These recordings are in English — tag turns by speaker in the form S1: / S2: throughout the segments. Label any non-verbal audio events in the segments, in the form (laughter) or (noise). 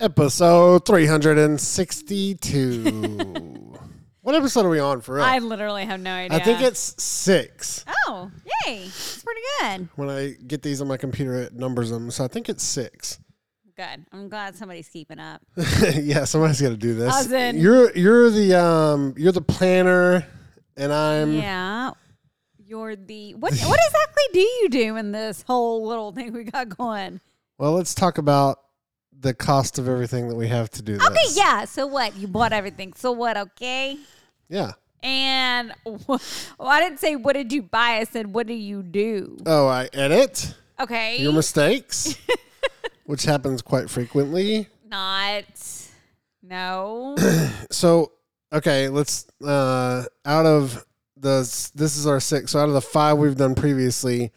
S1: Episode 362. what episode are we on for real?
S2: I literally have no idea.
S1: I think it's six.
S2: Oh, yay! It's pretty good.
S1: When I get these on my computer, it numbers them. So I think it's six. (laughs)
S2: Good. I'm glad somebody's keeping up.
S1: yeah, somebody's got to do this.
S2: As in-
S1: you're you're the um you're the planner, and I'm
S2: yeah. You're the what? What exactly do you do in this whole little thing we got going?
S1: well. Let's talk about the cost of everything that we have to do.
S2: Okay,
S1: this.
S2: yeah. So what? You bought everything. So what? Okay.
S1: yeah.
S2: And (laughs) wh- well, I didn't say what did you buy. I said what do you do?
S1: Oh, I edit
S2: Okay.
S1: your
S2: (laughs)
S1: mistakes, which happens quite frequently.
S2: Not.
S1: (coughs)
S2: No.
S1: so okay let's uh out of the this is our six so out of the five we've done previously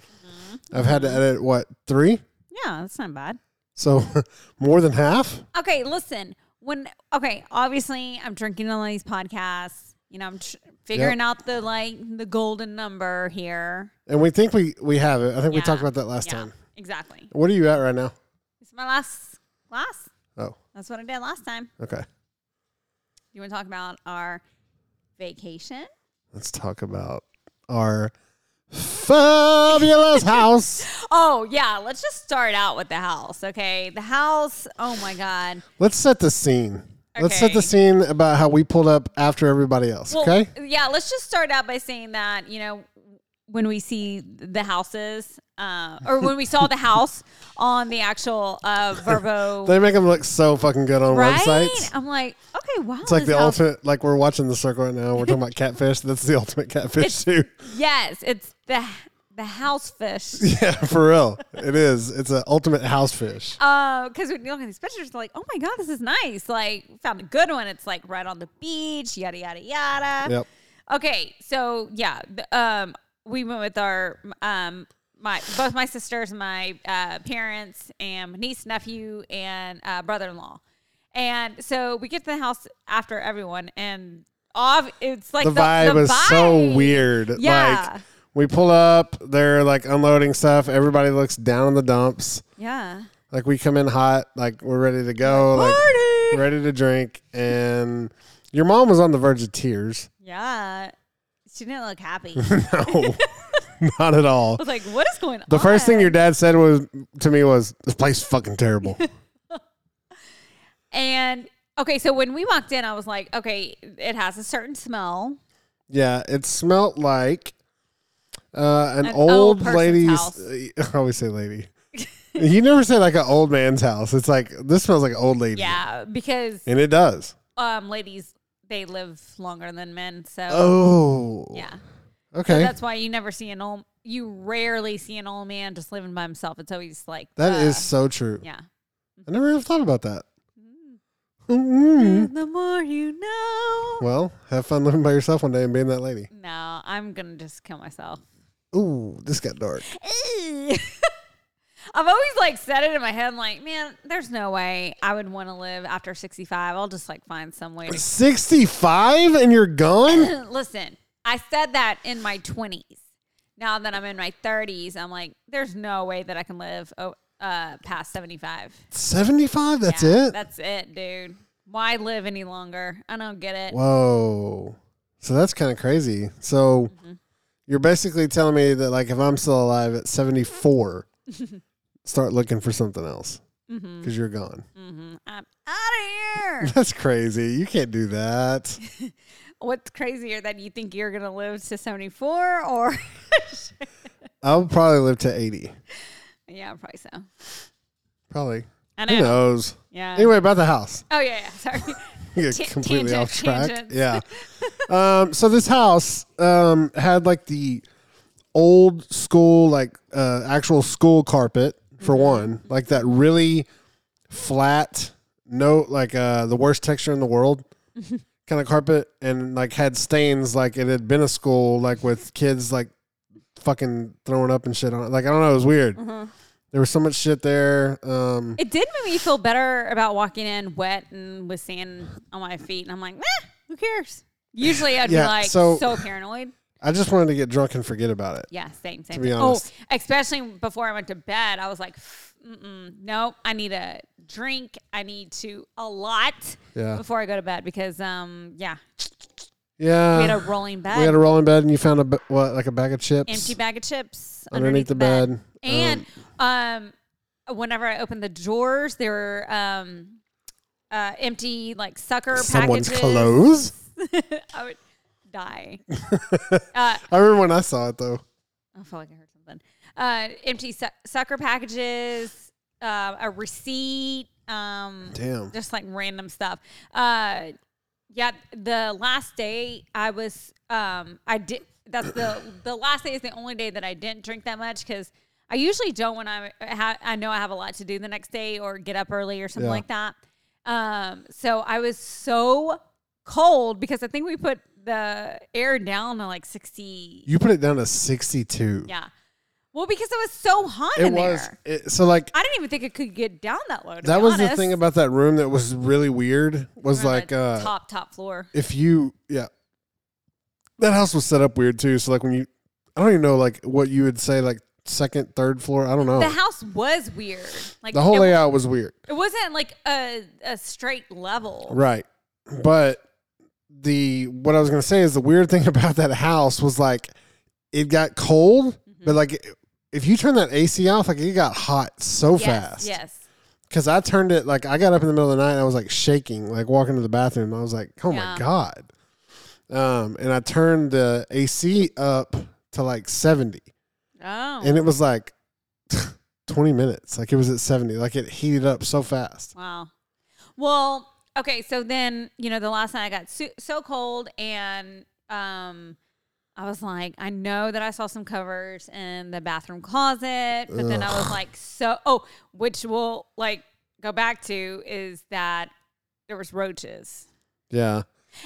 S1: i've had to edit what three
S2: yeah, that's not bad.
S1: so (laughs) more than half
S2: Okay, listen. When okay, obviously I'm drinking on these podcasts. You know, I'm tr- figuring out the like the golden number here.
S1: and we think we we have it i think we talked
S2: Yeah.
S1: about that last
S2: Yeah,
S1: time
S2: exactly.
S1: what are you at right now
S2: It's my last class.
S1: oh
S2: That's what I did last time.
S1: okay
S2: You want to talk about our vacation?
S1: let's talk about our
S2: (laughs)
S1: fabulous house
S2: Oh yeah, let's just start out with the house. Okay, the house. Oh my god.
S1: let's set the scene let's set
S2: Okay.
S1: the scene about how we pulled up after everybody else
S2: Well,
S1: okay
S2: Yeah, let's just start out by saying that, you know, when we see the houses, uh, or when we saw
S1: (laughs)
S2: the house on the actual uh, Verbo,
S1: they make them look so fucking good on
S2: right?
S1: websites
S2: I'm like, okay, wow.
S1: It's like the
S2: house,
S1: ultimate, like we're watching the circle right now. We're talking (laughs) about catfish. That's the ultimate catfish too.
S2: Yes, it's the the house fish.
S1: (laughs) Yeah, for real. It is. It's an ultimate house fish.
S2: Because Uh, when you look at these pictures, like, oh my God, this is nice. Like, found a good one. It's like right on the beach, yada, yada, yada.
S1: Yep.
S2: Okay, so yeah, the, um, we went with our um, my both my sisters, my uh, parents, and my niece, nephew, and uh, brother-in-law, and so we get to the house after everyone, and ov- it's like
S1: The vibe is so
S2: vibe.
S1: weird.
S2: Yeah.
S1: Like we pull up, they're like unloading stuff. Everybody looks down in the dumps.
S2: Yeah,
S1: Like we come in hot, like we're ready to go, like
S2: Party.
S1: ready to drink. And your mom was on the verge of tears. (laughs)
S2: yeah. She didn't look happy. I
S1: (laughs) No, not at all.
S2: was like, what is going on?
S1: The first thing your dad said was to me was, "This place is fucking terrible."
S2: And okay, so when we walked in, I was like, okay, it has a certain smell.
S1: Yeah, it smelt like uh, an,
S2: An
S1: old,
S2: old person's
S1: lady's.
S2: house.
S1: (laughs) I always say lady. you never say like an old man's house. It's like this smells like an old lady.
S2: Yeah, because
S1: and it does.
S2: um, ladies they live longer than men, so
S1: Oh,
S2: yeah,
S1: Okay,
S2: that's why you never see an old. You rarely see an old man just living by himself. It's always like
S1: that is
S2: the-
S1: so true.
S2: uh, yeah.
S1: I never have thought about that. Mm.
S2: The more you know.
S1: Well, have fun living by yourself one day and being that lady.
S2: No, I'm gonna just kill myself. (laughs)
S1: Ooh, this got dark.
S2: I've always like said it in my head, like, man, there's no way I would want to live after 65. I'll just like find some way to
S1: Sixty-five and you're gone.
S2: (coughs) (laughs) listen, I said that in my 20s. Now that I'm in my 30s, I'm like, there's no way that I can live oh, uh, past 75.
S1: Seventy-five. That's
S2: Yeah,
S1: it.
S2: That's it, dude. Why live any longer? I don't get it.
S1: Whoa. So that's kind of crazy. So
S2: Mm-hmm.
S1: you're basically telling me that, like, if I'm still alive at
S2: (laughs)
S1: 74, start looking for something else
S2: Mm-hmm,
S1: because you're gone.
S2: mm-hmm. I'm out
S1: (laughs)
S2: of here.
S1: That's crazy. You can't do that.
S2: What's crazier that you think you're going to live to 74 or? (laughs)
S1: I'll probably live to 80.
S2: yeah, probably so.
S1: Probably.
S2: I know.
S1: Who knows?
S2: Yeah.
S1: Anyway, about the house.
S2: Oh, yeah, (laughs) yeah. Sorry.
S1: (laughs) You're
S2: Ta-
S1: completely
S2: tangent,
S1: off track.
S2: tangents.
S1: Yeah.
S2: (laughs)
S1: um, so this house um, had like the old school, like uh, actual school carpet
S2: Mm-hmm.
S1: for one, like that really flat, no, like uh, the worst texture in the
S2: (laughs)
S1: world kind of carpet, and like had stains, like it had been a school, like with kids like fucking throwing up and shit on it. Like I don't know, it was weird.
S2: Mm-hmm.
S1: There was so much shit there. Um,
S2: it did make me feel better about walking in wet and with sand on my feet. And I'm like, eh, who cares? Usually I'd
S1: Yeah,
S2: be like,
S1: so-
S2: so paranoid.
S1: I just wanted to get drunk and forget about it.
S2: Yeah, same, same.
S1: be
S2: thing.
S1: honest.
S2: Oh, especially before I went to bed, I was like, Mm-mm, nope, I need a drink. I need to a lot
S1: Yeah.
S2: before I go to bed because, um, yeah,
S1: Yeah.
S2: we had a rolling bed,
S1: Uh, We had a rolling bed, and you found a b- what, like a bag of chips.
S2: empty bag of chips
S1: Underneath
S2: underneath,
S1: the bed.
S2: the and um, whenever I opened the drawers, there were um, uh, empty like sucker
S1: Someone's
S2: packages.
S1: clothes.
S2: (laughs) I would die. uh,
S1: I remember when I saw it though.
S2: I felt like I heard something. Uh, empty su- sucker packages, uh, a receipt, um,
S1: Damn.
S2: just like random stuff. Uh, yeah, the last day I was, um, I did. That's
S1: (clears throat)
S2: the the last day is the only day that I didn't drink that much because I usually don't when I ha- I know I have a lot to do the next day or get up early or something
S1: Yeah.
S2: like that. Um, so I was so cold because I think we put the air down to like sixty
S1: You put it down to sixty-two.
S2: yeah. Well, because it was so hot
S1: it
S2: in
S1: was.
S2: there.
S1: It, so like
S2: I didn't even think it could get down that low. To
S1: that
S2: be
S1: was the
S2: honest.
S1: thing about that room that was really weird. Was
S2: We're on
S1: like
S2: the
S1: uh,
S2: top top floor.
S1: if you yeah, that house was set up weird too. So like when you, I don't even know like what you would say like second, third floor. I don't know.
S2: The house was weird. Like
S1: the whole
S2: it,
S1: layout was weird.
S2: it wasn't like a a straight level.
S1: Right. But the what I was going to say is the weird thing (laughs) about that house was like it got cold, but
S2: Mm-hmm.
S1: like if you turn that AC off, like it got hot so
S2: yes,
S1: fast.
S2: Yes.
S1: Cuz I turned it like I got up in the middle of the night and I was like shaking, like walking to the bathroom. I was like, "Oh my
S2: Yeah.
S1: god." Um and I turned the AC up to like 70
S2: Oh.
S1: and it was like (laughs) 20 minutes. Like it was at 70. Like it heated up so fast.
S2: wow. Well, okay. So then you know the last night I got so, so cold and um. I was like, I know that I saw some covers in the bathroom closet, but then I was like, so oh, which will like go back to is that there was roaches.
S1: Yeah.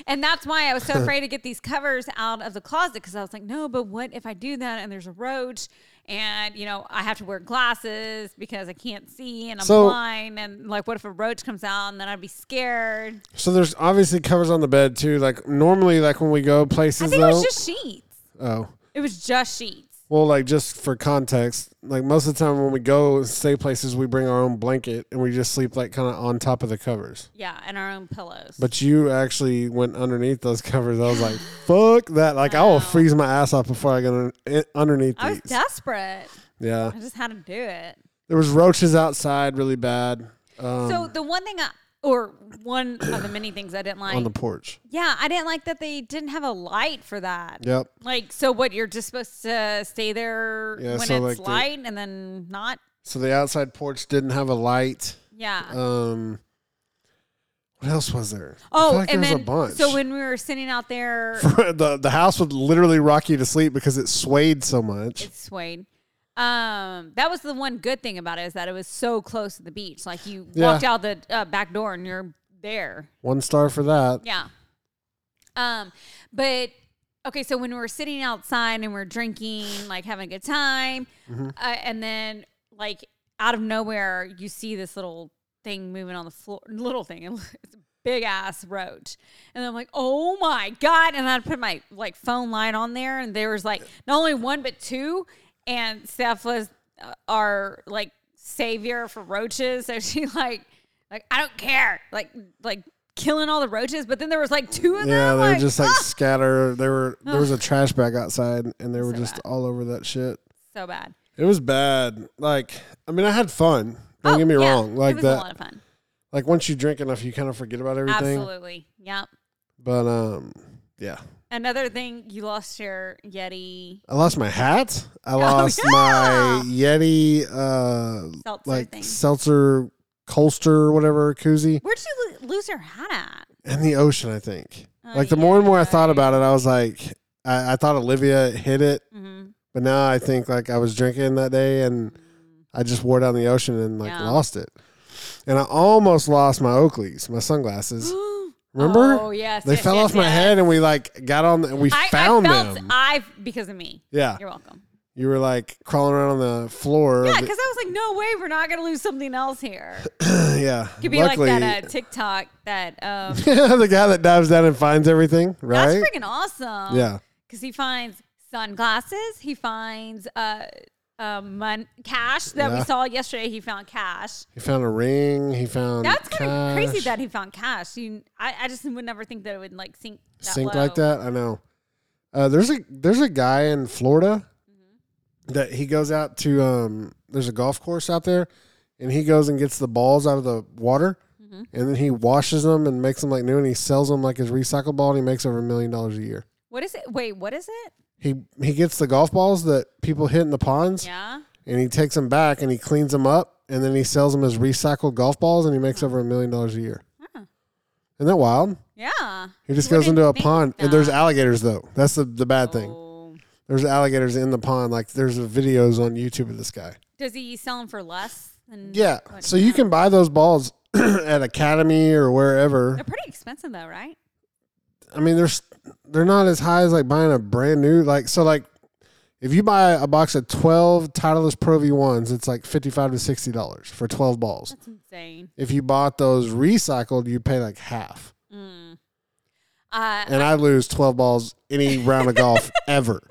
S2: And that's why I was so
S1: (laughs)
S2: afraid to get these covers out of the closet because I was like, no, but what if I do that and there's a roach and you know I have to wear glasses because I can't see and I'm
S1: So-
S2: blind and like what if a roach comes out and then I'd be scared?
S1: So there's obviously covers on the bed too. Like normally, like when we go places
S2: I think it
S1: though.
S2: was just sheets.
S1: oh,
S2: It was just sheets.
S1: well, like just for context, like most of the time when we go and stay places, we bring our own blanket and we just sleep like kind of on top of the covers.
S2: Yeah, and our own pillows.
S1: But you actually went underneath those (laughs) covers. I was like, fuck that! Like I will freeze my ass off before I get un- in- underneath
S2: I was
S1: these.
S2: desperate.
S1: yeah,
S2: I just had to do it.
S1: there was roaches outside, really bad um,
S2: so the one thing I, or one of the many things I didn't
S1: on
S2: like.
S1: the porch.
S2: yeah, I didn't like that they didn't have a light for that.
S1: Yep.
S2: Like so, what you're just supposed to stay there
S1: Yeah,
S2: when
S1: so, like,
S2: it's
S1: the-
S2: light and then not.
S1: So the outside porch didn't have a light.
S2: Yeah.
S1: Um, what else was there? I
S2: oh,
S1: feel like
S2: and
S1: there
S2: then
S1: was a bunch.
S2: so when we were sitting
S1: (laughs)
S2: out there,
S1: the the house would literally rock you to sleep because it swayed so much.
S2: it swayed. Um, that was the one good thing about it is that it was so close to the beach. Like you
S1: Yeah.
S2: walked out the uh, back door and you're there.
S1: One star for that.
S2: Yeah. Um, but okay, so when we were sitting outside and we are drinking, like having a good time, uh, and then like out of nowhere you see this little thing moving on the floor, little thing, (laughs) and it's a big ass roach, and I'm like, oh my god! And I put my like phone line on there, and there was like not only one but two, and Steph was uh, our like savior for roaches, so (laughs) she like like I don't care, like like killing all the roaches, but then there was like two of them.
S1: Yeah, they were
S2: like,
S1: just like
S2: "Ah!"
S1: scatter. There were there was a trash bag outside, and they were
S2: So
S1: just
S2: bad.
S1: all over that shit.
S2: so bad.
S1: It was bad. Like, I mean, I had fun. Don't get me
S2: Oh, yeah,
S1: wrong. Like
S2: it was
S1: that.
S2: a lot of fun.
S1: Like once you drink enough, you kind of forget about everything.
S2: Absolutely. Yep.
S1: But um, yeah,
S2: Another thing, you lost your Yeti
S1: I lost my hat. I lost
S2: Oh, yeah.
S1: my Yeti uh
S2: seltzer
S1: like
S2: thing.
S1: seltzer colster or whatever koozie
S2: Where'd you lo- lose your
S1: (gasps)
S2: hat at?
S1: in the ocean. I think.
S2: Oh,
S1: like the more and more I
S2: yeah.
S1: thought about it, I was like, I, I thought Olivia hit it,
S2: Mhm.
S1: but now I think like I was drinking that day and I just wore down the ocean and like
S2: Mm. Yeah.
S1: lost it. And I almost lost my Oakleys, my
S2: (gasps)
S1: sunglasses. Remember?
S2: Oh yes.
S1: they
S2: yes,
S1: fell
S2: yes,
S1: off my
S2: yes.
S1: head and we like got on and we
S2: I,
S1: found
S2: I felt
S1: them.
S2: I because of me.
S1: yeah.
S2: You're welcome.
S1: You were like crawling around on the floor.
S2: Yeah,
S1: of
S2: because I was like, no way, we're not gonna lose something
S1: (laughs)
S2: else here.
S1: the, yeah.
S2: Could be
S1: Luckily,
S2: like that uh, TikTok that um,
S1: (laughs) the guy that dives down and finds everything,
S2: that's
S1: right?
S2: freaking awesome.
S1: yeah.
S2: because he finds sunglasses. He finds uh, um, mon- cash that we
S1: Yeah.
S2: saw yesterday. He found cash.
S1: He found a ring. He found
S2: That's kind of crazy
S1: cash.
S2: that he found cash. You, I, I just would never think that it would like sink that
S1: sink
S2: low.
S1: like that. I know. Uh, there's a there's a guy in Florida
S2: Mm-hmm.
S1: that he goes out to. Um, there's a golf course out there, and he goes and gets the balls out of the water,
S2: Mm-hmm.
S1: and then he washes them and makes them like new, and he sells them like his recycled ball, and he makes over a million dollars a year.
S2: What is it? Wait, what is it?
S1: He he gets the golf balls that people hit in the ponds,
S2: Yeah.
S1: and he takes them back and he cleans them up, and then he sells them as recycled golf balls, and he makes over a million dollars a year.
S2: Huh.
S1: Isn't that wild?
S2: Yeah.
S1: He just goes
S2: Wouldn't
S1: into a
S2: think
S1: pond, and there's
S2: that.
S1: alligators though. That's the the bad thing.
S2: Oh.
S1: There's alligators in the pond. Like there's videos on YouTube of this guy.
S2: Does he sell them for less? Than
S1: Yeah.
S2: what-
S1: So you can buy those balls (clears throat) at Academy or wherever.
S2: They're pretty expensive though, right?
S1: I mean, there's they're not as high as like buying a brand new like so like if you buy a box of twelve Titleist Pro V ones, it's like fifty five to sixty dollars for twelve balls.
S2: That's insane.
S1: If you bought those recycled, you pay like half.
S2: Mm. Uh,
S1: And I lose twelve balls any round of golf ever.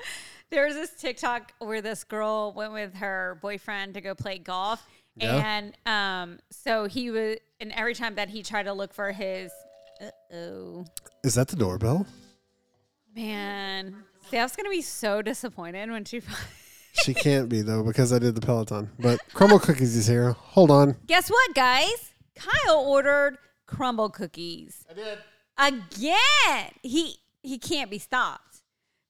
S2: there was this TikTok where this girl went with her boyfriend to go play golf,
S1: Yeah.
S2: and um, so he was, and every time that he tried to look for his, uh oh,
S1: Is that the doorbell?
S2: man, Steph's gonna be so disappointed when she. (laughs) finds
S1: She can't be though because I did the Peloton. But Crumble Cookies is here. Hold on.
S2: Guess what, guys? Kyle ordered crumble cookies. I did. Again. He he can't be stopped.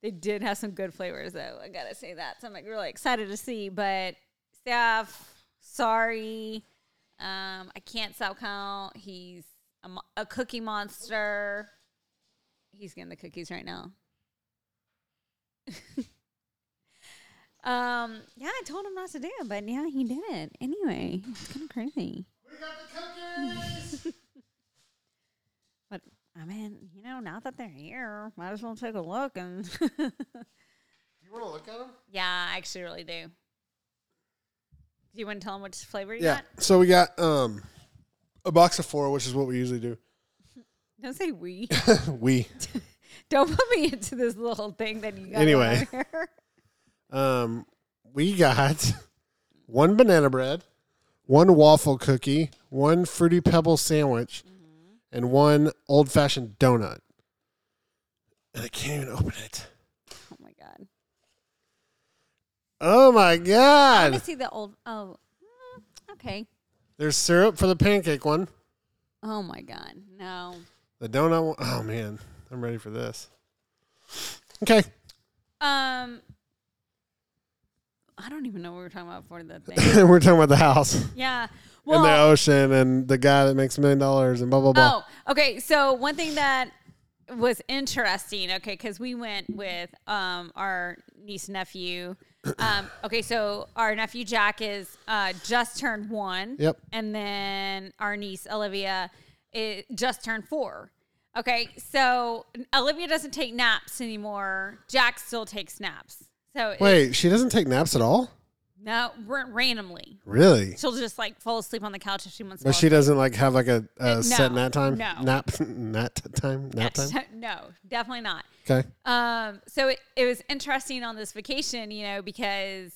S2: They did have some good flavors though. I gotta say that. So I'm like really excited to see. But Steph, sorry. Um, I can't stop Kyle. He's a, mo- a cookie monster. He's getting the cookies right now. Um, yeah, I told him not to do it, but yeah, he did it anyway. It's kind of crazy. (laughs) But I mean, you know, now that they're here, might as well take a look. And (laughs)
S1: You want to look at them?
S2: yeah, I actually really do. Do you want to tell them which flavor you
S1: Yeah.
S2: got?
S1: So we got um a box of four, which is what we usually do. (coughs)
S2: Don't say we. (laughs)
S1: we
S2: Don't put me into this little thing that you got.
S1: Anyway.
S2: over here. (laughs)
S1: um we got (laughs) one banana bread, one waffle cookie, one fruity pebble sandwich, and one old fashioned donut. And I can't even open it.
S2: Oh my god!
S1: Oh my
S2: I
S1: god!
S2: see the old. Oh, mm, okay.
S1: There's syrup for the pancake one.
S2: Oh my god! No.
S1: The donut one. Oh man, I'm ready for this. Okay. (laughs)
S2: Um, I don't even know what we were talking about for
S1: (laughs)
S2: the thing.
S1: We're talking about the house
S2: Yeah. Well,
S1: and the ocean and the guy that makes a million dollars and blah blah blah.
S2: Oh, okay. So one thing that was interesting, okay, because we went with um, our niece
S1: (coughs)
S2: and nephew. Um, okay, so our nephew Jack is uh, just turned one.
S1: Yep.
S2: And then our niece Olivia is just turned four. Okay, so Olivia doesn't take naps anymore. Jack still takes naps. So it-
S1: Wait, she doesn't take naps at all?
S2: no, ra- randomly,
S1: Really?
S2: she'll just like fall asleep on the couch if she wants. to
S1: But
S2: fall
S1: she doesn't like have like a, a
S2: no,
S1: set nap time.
S2: no.
S1: Nap (laughs) nap time. Nap
S2: asleep.
S1: time.
S2: (laughs) No, definitely not.
S1: Okay.
S2: Um, so it, it was interesting on this vacation, you know, because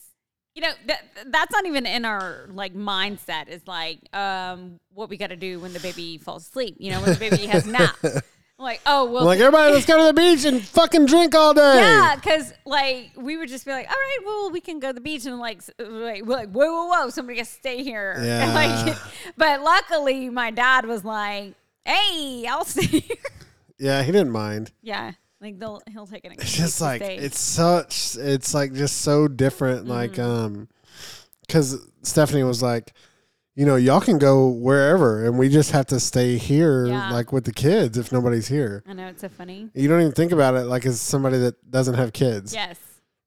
S2: you know that that's not even in our like mindset. Is like um, what we got to do when the baby falls asleep. You know, when the baby has nap.
S1: (laughs)
S2: Like, oh well,
S1: I'm like everybody, let's go to the beach and fucking drink all day.
S2: yeah, because like we would just be like, all right, well, we can go to the beach and like, s- like, we're like whoa, whoa, whoa, somebody has to stay here. (laughs) And, like,
S1: Yeah.
S2: but luckily, my dad was like, hey, I'll stay (laughs) here.
S1: Yeah, he didn't mind.
S2: yeah, like they'll he'll take
S1: (laughs)
S2: it.
S1: It's just like it's such it's like just so different like um because stephanie was like you know y'all can go wherever and we just have to stay here
S2: Yeah.
S1: like with the kids if nobody's here
S2: I know it's so funny.
S1: you don't even think about it like as somebody that doesn't have kids
S2: Yes.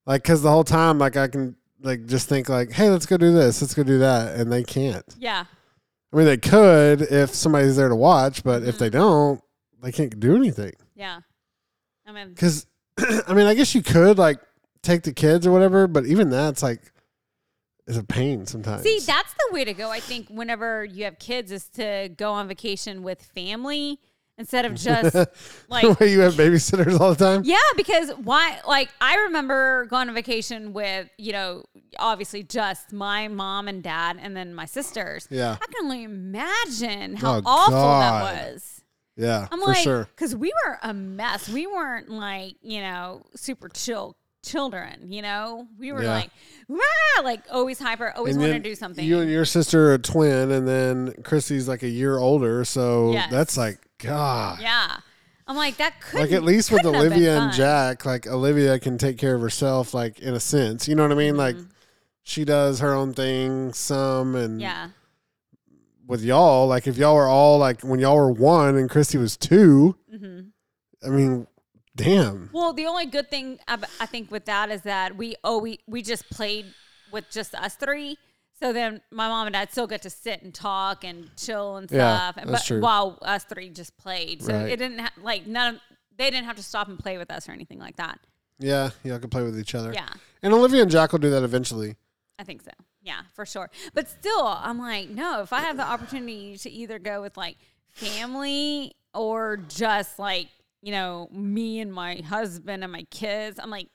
S1: like because the whole time like i can like just think like hey let's go do this let's go do that and they can't
S2: Yeah.
S1: i mean they could if somebody's there to watch but if they don't they can't do anything
S2: Yeah. I mean,
S1: Because, (clears throat) I mean, I guess you could like take the kids or whatever, but even that's like, it's a pain sometimes.
S2: see,
S1: (laughs)
S2: that's the way to go. I think whenever you have kids is to go on vacation with family instead
S1: (laughs)
S2: of just like
S1: Where you have babysitters all the time?
S2: yeah, because why? Like, I remember going on vacation with, you know, obviously just my mom and dad and then my sisters.
S1: Yeah.
S2: I can only imagine how
S1: Oh,
S2: awful
S1: God.
S2: that was.
S1: Yeah,
S2: I'm
S1: for
S2: like,
S1: sure.
S2: because we were a mess. We weren't like, you know, super chill children, you know? We were
S1: Yeah.
S2: like, "Rah!" like always hyper, always
S1: And
S2: want to
S1: then
S2: do something.
S1: You and your sister are a twin, and then Chrissy's like a year older, so
S2: Yes.
S1: that's like God.
S2: yeah. I'm like, that could
S1: Like at least with Olivia and Jack, like Olivia can take care of herself, like in a sense. You know what I mean?
S2: Mm-hmm.
S1: Like she does her own thing some, and
S2: Yeah.
S1: with y'all, like if y'all were all like when y'all were one and Christy was 2 I mean, damn.
S2: Well, the only good thing ab- I think with that is that we oh we, we just played with just us three. So then my mom and dad still get to sit and talk and chill and
S1: Yeah,
S2: stuff. and
S1: that's
S2: but
S1: true.
S2: while us three just played, so
S1: Right.
S2: it didn't ha- like none. Of, they didn't have to stop and play with us or anything like that.
S1: Yeah, y'all can play with each other.
S2: Yeah.
S1: and Olivia and Jack will do that eventually.
S2: I think so. Yeah, for sure. But still, I'm like, no. If I have the opportunity to either go with like family or just like you know me and my husband and my kids, I'm like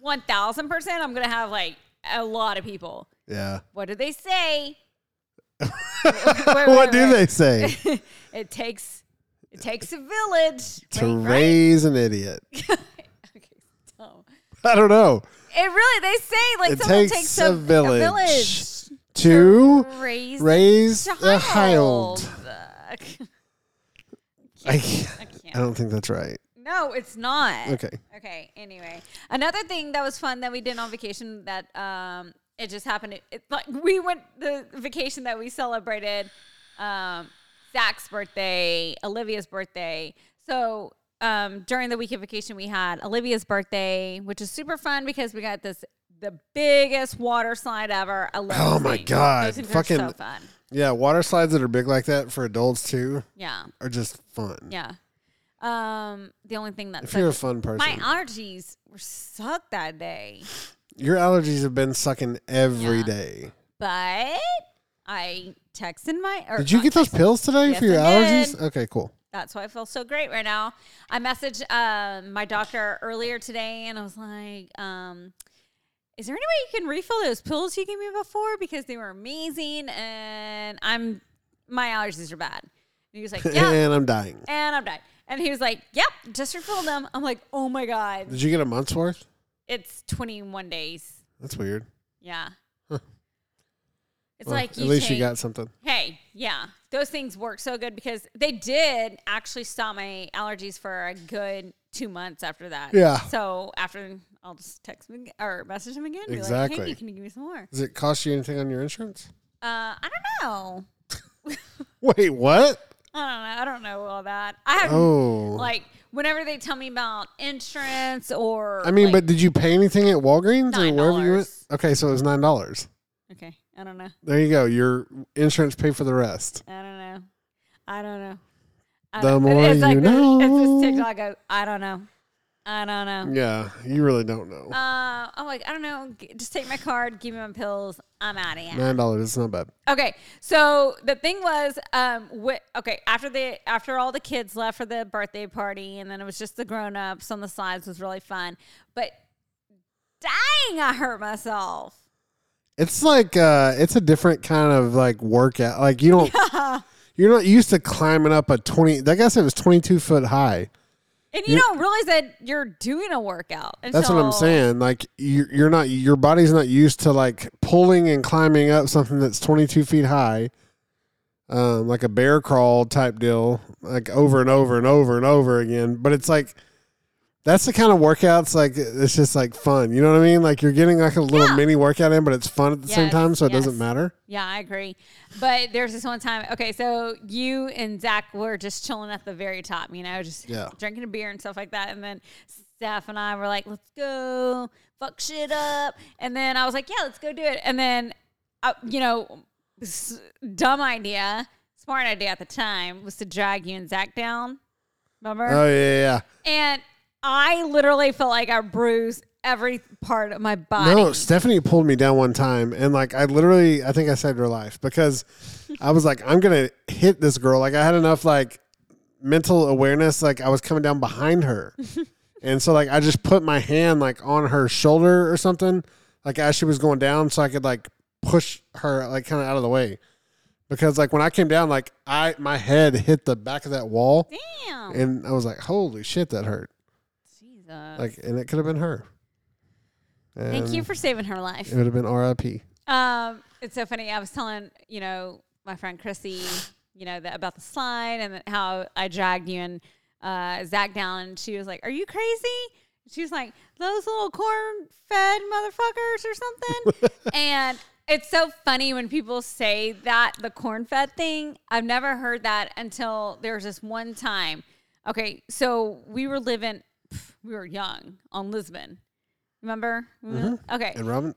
S2: one thousand percent. I'm gonna have like a lot of people.
S1: Yeah.
S2: What do they say?
S1: (laughs) what do they
S2: (laughs)
S1: say?
S2: they? it takes it takes a village
S1: to
S2: Wait, right?
S1: raise an idiot. (laughs)
S2: Okay, so
S1: I don't know.
S2: it really they say like
S1: It
S2: someone
S1: takes,
S2: takes,
S1: a, village
S2: village
S1: to
S2: raise
S1: raise a
S2: child. (laughs)
S1: child. I, can't-
S2: I can't.
S1: I don't think that's right.
S2: No, it's not.
S1: Okay.
S2: Okay. Anyway, another thing that was fun that we did on vacation that um it just happened. It, it- like we went the vacation that we celebrated, um, Zach's birthday, Olivia's birthday. So um during the week of vacation we had Olivia's birthday, which is super fun because we got this the biggest water slide ever. I love
S1: Oh
S2: those
S1: my
S2: things.
S1: God,
S2: Those things
S1: fucking-
S2: are so fun.
S1: Yeah, water slides that are big like that for adults too
S2: Yeah,
S1: are just fun.
S2: yeah. Um, the only thing that's
S1: If you're a fun person,
S2: My allergies were sucked that day,
S1: your allergies have been sucking every
S2: Yeah.
S1: day.
S2: but I texted my. Or
S1: Did you
S2: not
S1: get those
S2: texted-
S1: pills today
S2: Yes,
S1: for your
S2: I
S1: allergies?
S2: did.
S1: Okay, cool.
S2: That's why I feel so great right now. I messaged um, my doctor earlier today, and I was like, um, "Is there any way you can refill those pills you gave me before? Because they were amazing, and I'm my allergies are bad." And he was like,
S1: (laughs)
S2: "Yeah,"
S1: And I'm dying.
S2: and I'm dying. And he was like, "Yep, just refill them." I'm like, "Oh my god,
S1: Did you get a month's worth?
S2: it's 21 days."
S1: That's weird.
S2: Yeah.
S1: Huh.
S2: It's
S1: Well,
S2: like
S1: at
S2: you
S1: least
S2: take,
S1: you got something.
S2: Hey, yeah, those things work so good because they did actually stop my allergies for a good two months after that.
S1: Yeah.
S2: So after I'll just text him ag- or message him again. Be like,
S1: Exactly.
S2: hey, can you give me some more?
S1: Does it cost you anything on your insurance? (laughs)
S2: Uh, I don't know.
S1: Wait, what?
S2: I don't know. I don't know all that. I have
S1: Oh.
S2: like whenever they tell me about insurance or
S1: I mean,
S2: like-
S1: but did you pay anything at Walgreens or
S2: Nine
S1: wherever you went?
S2: dollars.
S1: Okay, so it was nine dollars.
S2: okay, I don't know.
S1: There you go. Your insurance paid for the rest.
S2: I don't know. I don't know. I
S1: The
S2: don't- (laughs)
S1: more
S2: it's like
S1: you
S2: this,
S1: know. Mm.
S2: It's this TikTok. Goes, I don't know. I don't know.
S1: Yeah, you really don't know.
S2: Uh, I'm like, I don't know. G- Just take my card, give me my pills. I'm out of here.
S1: Nine dollars. It's not bad.
S2: Okay. So the thing was, um, wh- okay, after the after all the kids left for the birthday party, and then it was just the grown ups on the sides was really fun. But dang, I hurt myself.
S1: It's like uh, it's a different kind of like workout. Like you don't,
S2: (laughs)
S1: you're not used to climbing up a twenty. I guess it was twenty two foot high.
S2: And you don't realize that you're doing a workout.
S1: That's what I'm
S2: until-
S1: saying. Like you're, you're not, your body's not used to like pulling and climbing up something that's 22 feet high, um, like a bear crawl type deal, like over and over and over and over again. But it's like that's the kind of workouts like it's just like fun. You know what I mean? Like you're getting like a little
S2: Yeah.
S1: mini workout in, but it's fun at the same
S2: Yes,
S1: time, so it
S2: yes.
S1: doesn't matter.
S2: Yeah, I agree. But there's this one time. Okay, so you and Zach were just chilling at the very top, you know, just
S1: Yeah.
S2: drinking a beer and stuff like that. And then Steph and I were like, let's go fuck shit up. And then I was like, yeah, let's go do it. And then, uh, you know, s- dumb idea, smart idea at the time was to drag you and Zach down. Remember?
S1: Oh yeah, yeah.
S2: and I literally felt like I bruised every part of my body.
S1: No, Stephanie pulled me down one time, and like I literally, I think I saved her life because I was like, I'm gonna hit this girl. Like I had enough like mental awareness, like I was coming down behind
S2: (laughs)
S1: her. and so like I just put my hand like on her shoulder or something, like as she was going down so I could like push her like kind of out of the way. Because like when I came down, like I my head hit the back of that wall
S2: Damn.
S1: and I was like, Holy shit, that hurt.
S2: Jesus.
S1: Like and it could have been her.
S2: Thank you
S1: And
S2: for saving her life.
S1: it would have been RIP.
S2: Um, it's so funny. I was telling you know my friend Chrissy, you know that about the slide and how I dragged you and uh, Zach down, and she was like, "Are you crazy?" She was like, "Those little corn-fed motherfuckers or something," and. It's so funny when people say that the corn fed thing. I've never heard that until there was this one time. Okay, so we were living, pff, we were young on Lisbon. Remember? Okay.
S1: And Robin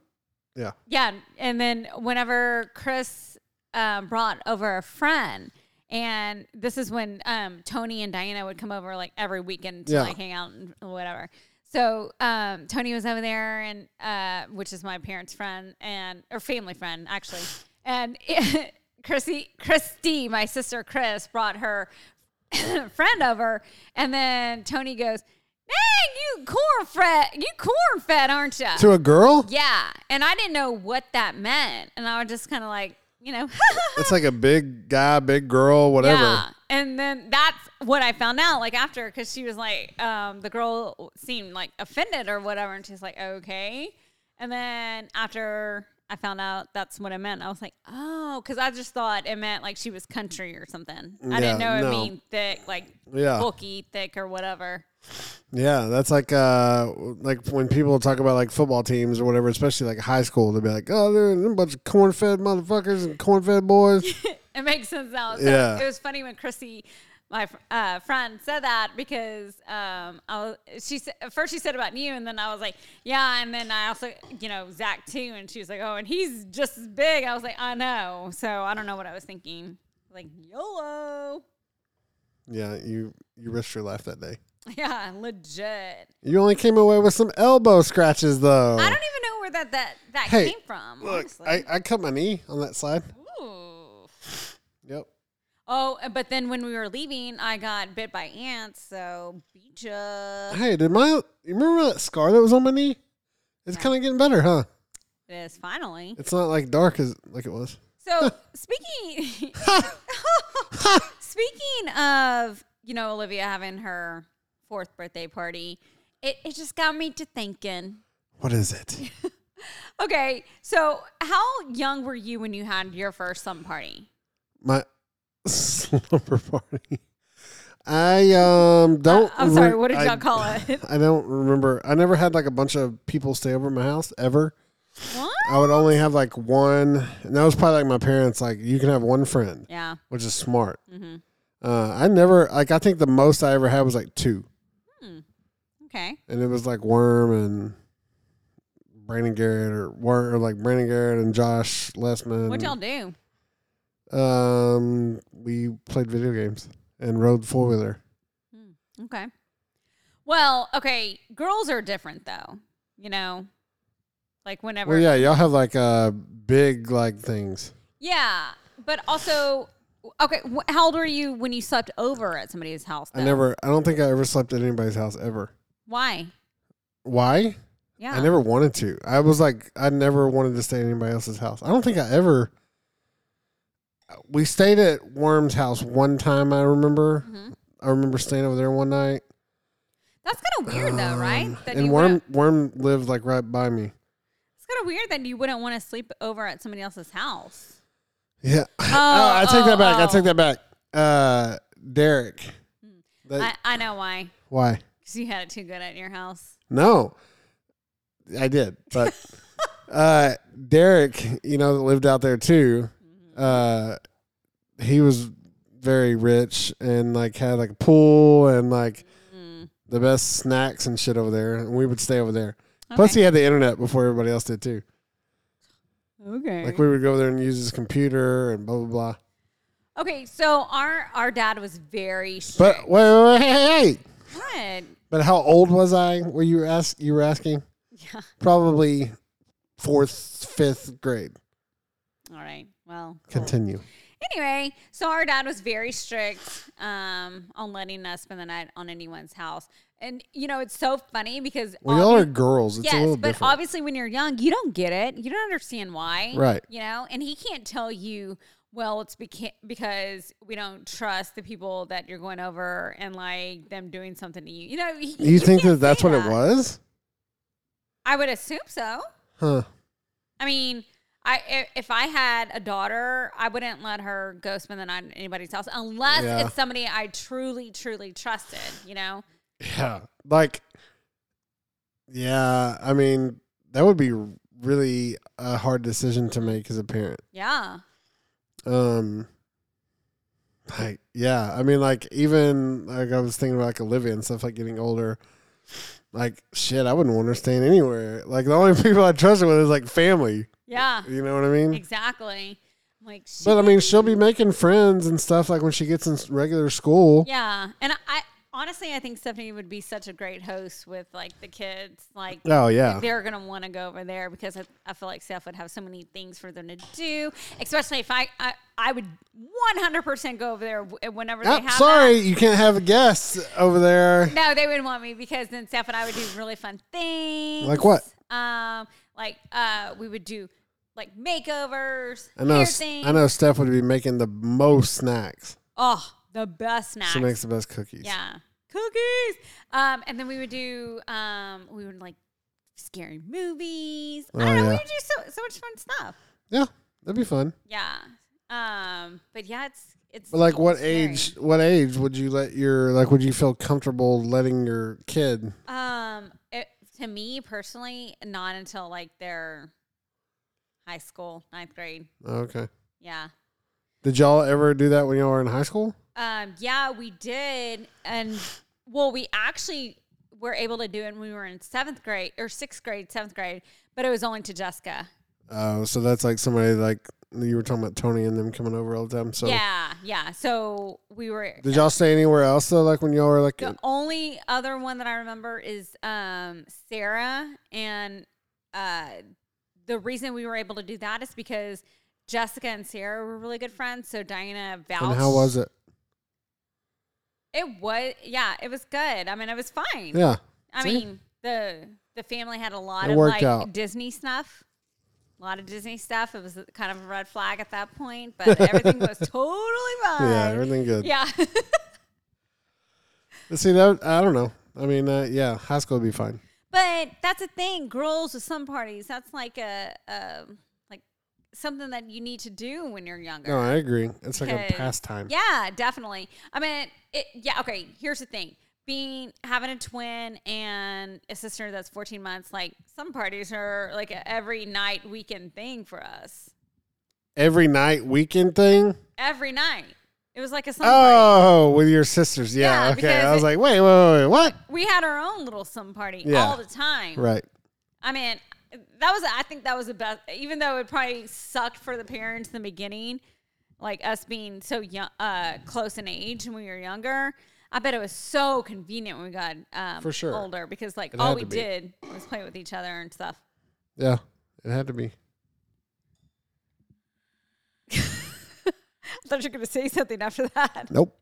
S1: Yeah.
S2: Yeah, and then whenever Chris um, brought over a friend, and this is when um, Tony and Diana would come over like every weekend to
S1: Yeah.
S2: like hang out and whatever. So um, Tony was over there, and uh, which is my parents' friend and or family friend actually, and (laughs) Chrissy, Christy, my sister Chris, brought her (coughs) friend over, and then Tony goes, "Dang, you corn fed, you corn fed, aren't you?"
S1: To a girl?
S2: Yeah. And I didn't know what that meant. And I was just kind of like, you know, (laughs)
S1: It's like a big guy, big girl, whatever.
S2: yeah. And then that's what I found out, like after, because she was like, um, the girl seemed like offended or whatever. And she's like, okay. And then after I found out that's what it meant, I was like, oh, because I just thought it meant like she was country or something. I didn't know
S1: Yeah,
S2: it
S1: no.
S2: mean thick, like
S1: Yeah.
S2: bulky, thick or whatever.
S1: Yeah, that's like uh like when people talk about like football teams or whatever, especially like high school, they'll be like, Oh, they're a bunch of corn fed motherfuckers and corn fed
S2: (laughs)
S1: boys.
S2: It makes sense now. So
S1: Yeah.
S2: It was funny when Chrissy, my fr- uh, friend, said that because um, I was, she said, at first she said about you, and then I was like, yeah, and then I also, you know, Zach too, and she was like, oh, and he's just as big. I was like, I know. So I don't know what I was thinking. Like YOLO. (laughs)
S1: yeah, you you risked your life that day.
S2: Yeah, legit.
S1: You only came away with some elbow scratches though.
S2: I don't even know where that that that
S1: Hey,
S2: came from.
S1: Look,
S2: honestly.
S1: I, I cut my knee on that slide.
S2: Ooh.
S1: Yep.
S2: Oh, but then when we were leaving, I got bit by ants. So beat ya.
S1: Hey, did my you remember that scar that was on my knee? It's kinda getting better, huh?
S2: It is finally.
S1: It's not like dark as like it was.
S2: So
S1: (laughs)
S2: speaking (laughs) speaking of, you know, Olivia having her fourth birthday party, it, it just got me to thinking.
S1: What is it?
S2: Okay, so how young were you when you had your first slumber party?
S1: My (laughs) slumber party. I um don't
S2: Uh, I'm sorry,
S1: re-
S2: what did
S1: I- (laughs)
S2: y'all call it?
S1: I don't remember. I never had like a bunch of people stay over at my house ever.
S2: what?
S1: I would only have like one, and that was probably like my parents. Like you can have one friend,
S2: Yeah.
S1: which is smart.
S2: hmm
S1: Uh, I never like I think the most I ever had was like two,
S2: Okay.
S1: and it was like Worm and Brandon Garrett or Worm or like Brandon Garrett and Josh Lessman.
S2: What y'all do?
S1: Um, we played video games and rode four wheeler.
S2: Okay. Well, okay, girls are different though. You know, like whenever
S1: Well, yeah, y'all have like uh big like things.
S2: Yeah, but also, okay. Wh- how old were you when you slept over at somebody's house?
S1: I
S2: though?
S1: never. I don't think I ever slept at anybody's house ever.
S2: Why?
S1: Why?
S2: Yeah.
S1: I never wanted to. I was like, I never wanted to stay at anybody else's house. I don't think I ever. We stayed at Worm's house one time. I remember.
S2: Mhm.
S1: I remember staying over there one night.
S2: That's kind of weird, though, right?
S1: Um,
S2: That
S1: and
S2: you
S1: Worm
S2: wouldn't-
S1: Worm lived like right by me.
S2: It's kind of weird that you wouldn't want to sleep over at somebody else's house.
S1: Yeah. (laughs) Oh, I take
S2: oh,
S1: that back. I
S2: oh. Hmm.
S1: take that back. Uh, Derek. That-
S2: I, I know why.
S1: why?
S2: Because you had it too good at your house.
S1: No, I did,
S2: (laughs)
S1: but uh, Derek, you know, that lived out there too.
S2: Mm-hmm.
S1: Uh, he was very rich and like had like a pool and like
S2: Mm.
S1: the best snacks and shit over there, and we would stay over there. Plus,
S2: Okay.
S1: he had the internet before everybody else did too.
S2: okay.
S1: Like we would go there and use his computer and blah blah blah.
S2: okay. So our our dad was very strict.
S1: But wait, wait, wait, hey, hey.
S2: What?
S1: But how old was I? Were you ask you were asking?
S2: Yeah.
S1: Probably fourth, fifth grade.
S2: All right. Well. cool.
S1: Continue.
S2: Anyway, so our dad was very strict um, on letting us spend the night on anyone's house. And, you know, it's so funny because
S1: Well, y'all are
S2: obvi-
S1: girls. It's a
S2: yes,
S1: little
S2: but
S1: different.
S2: obviously when you're young, you don't get it. You don't understand why.
S1: Right.
S2: You know, and he can't tell you, well, it's beca- because we don't trust the people that you're going over and like them doing something to you. You know, he,
S1: you think that
S2: can't
S1: that's
S2: say
S1: what it
S2: that.
S1: was?
S2: I would assume so.
S1: Huh.
S2: I mean, I i- if I had a daughter, I wouldn't let her go spend the night at anybody's house unless
S1: Yeah.
S2: it's somebody I truly, truly trusted. You know,
S1: Yeah. Like, yeah, I mean, that would be really a hard decision to make as a parent.
S2: yeah,
S1: Um, like, yeah, I mean, like, even like I was thinking about like Olivia and stuff, like getting older. Like, shit, I wouldn't want her staying anywhere. Like, the only (laughs) people I trust her with is like family.
S2: yeah,
S1: You know what I mean?
S2: exactly. I'm like, shit.
S1: But I mean, she'll be making friends and stuff like when she gets in s- regular school.
S2: yeah, and I, I honestly, I think Stephanie would be such a great host with like the kids, like.
S1: Oh, yeah.
S2: They're gonna want to go over there because I, I feel like Steph would have so many things for them to do, especially if I I, I would one hundred percent go over there w- whenever they
S1: Oh,
S2: have. that.
S1: sorry, you can't have a guest over there.
S2: No, they wouldn't want me because then Steph and I would do really fun things.
S1: Like what?
S2: Um, like uh, we would do like makeovers.
S1: I know,
S2: hair
S1: s-
S2: things.
S1: I know Steph would be making the most snacks.
S2: Oh, the best snacks.
S1: She makes the best cookies.
S2: yeah, cookies. Um, and then we would do um, we would like scary movies. I
S1: Oh,
S2: don't know.
S1: yeah.
S2: We would do so so much fun stuff.
S1: Yeah, that'd be fun.
S2: Yeah. Um, but yeah, it's it's
S1: But like, what
S2: scary.
S1: age? What age would you let your like? Would you feel comfortable letting your kid?
S2: Um, it, to me personally, not until like their high school, ninth grade.
S1: Oh, Okay.
S2: Yeah.
S1: Did y'all ever do that when y'all were in high school?
S2: Um, yeah, we did. And well, we actually were able to do it when we were in seventh grade or sixth grade, seventh grade, but it was only to Jessica.
S1: Oh, so that's like somebody like you were talking about Tony and them coming over all the time. So
S2: Yeah. Yeah. So we were.
S1: did y'all stay anywhere else though? Like when y'all were like,
S2: The only other one that I remember is um, Sarah, and uh, the reason we were able to do that is because Jessica and Sarah were really good friends. So Diana vouched.
S1: and how was it?
S2: It was yeah, it was good. I mean, it was fine.
S1: Yeah.
S2: I
S1: See?
S2: mean the the family had a lot
S1: It
S2: of
S1: worked
S2: like
S1: out.
S2: Disney stuff. A lot of Disney stuff. It was kind of a red flag at that point,
S1: (laughs)
S2: but everything was totally fine.
S1: Yeah, everything good.
S2: uh, Yeah. (laughs)
S1: See that? I don't know. I mean, uh, yeah, high school would be fine.
S2: But that's the thing, girls with some parties. That's like a, a like something that you need to do when you're younger.
S1: No, I agree. It's like a
S2: Okay.
S1: pastime.
S2: Yeah, definitely. I mean, it, yeah. Okay, here's the thing: being having a twin and a sister that's 14 months. Like some parties are like a every night weekend thing for us.
S1: Every night weekend thing.
S2: Every night, it was like a sun party.
S1: Oh, with your sisters. Yeah.
S2: Yeah,
S1: okay.
S2: because
S1: I was
S2: it-
S1: like, wait, wait, wait, wait, what?
S2: We had our own little sun party
S1: Oh. Yeah.
S2: all the time.
S1: Right.
S2: I mean, that was I think that was the best. Even though it probably sucked for the parents in the beginning, like us being so young, uh, close in age when we were younger. I bet it was so convenient when we got um,
S1: For sure.
S2: older because like
S1: It
S2: all
S1: had
S2: we
S1: to be.
S2: did was play with each other and stuff. (laughs)
S1: Yeah. It had to be.
S2: I thought you were going to say something after that.
S1: Nope.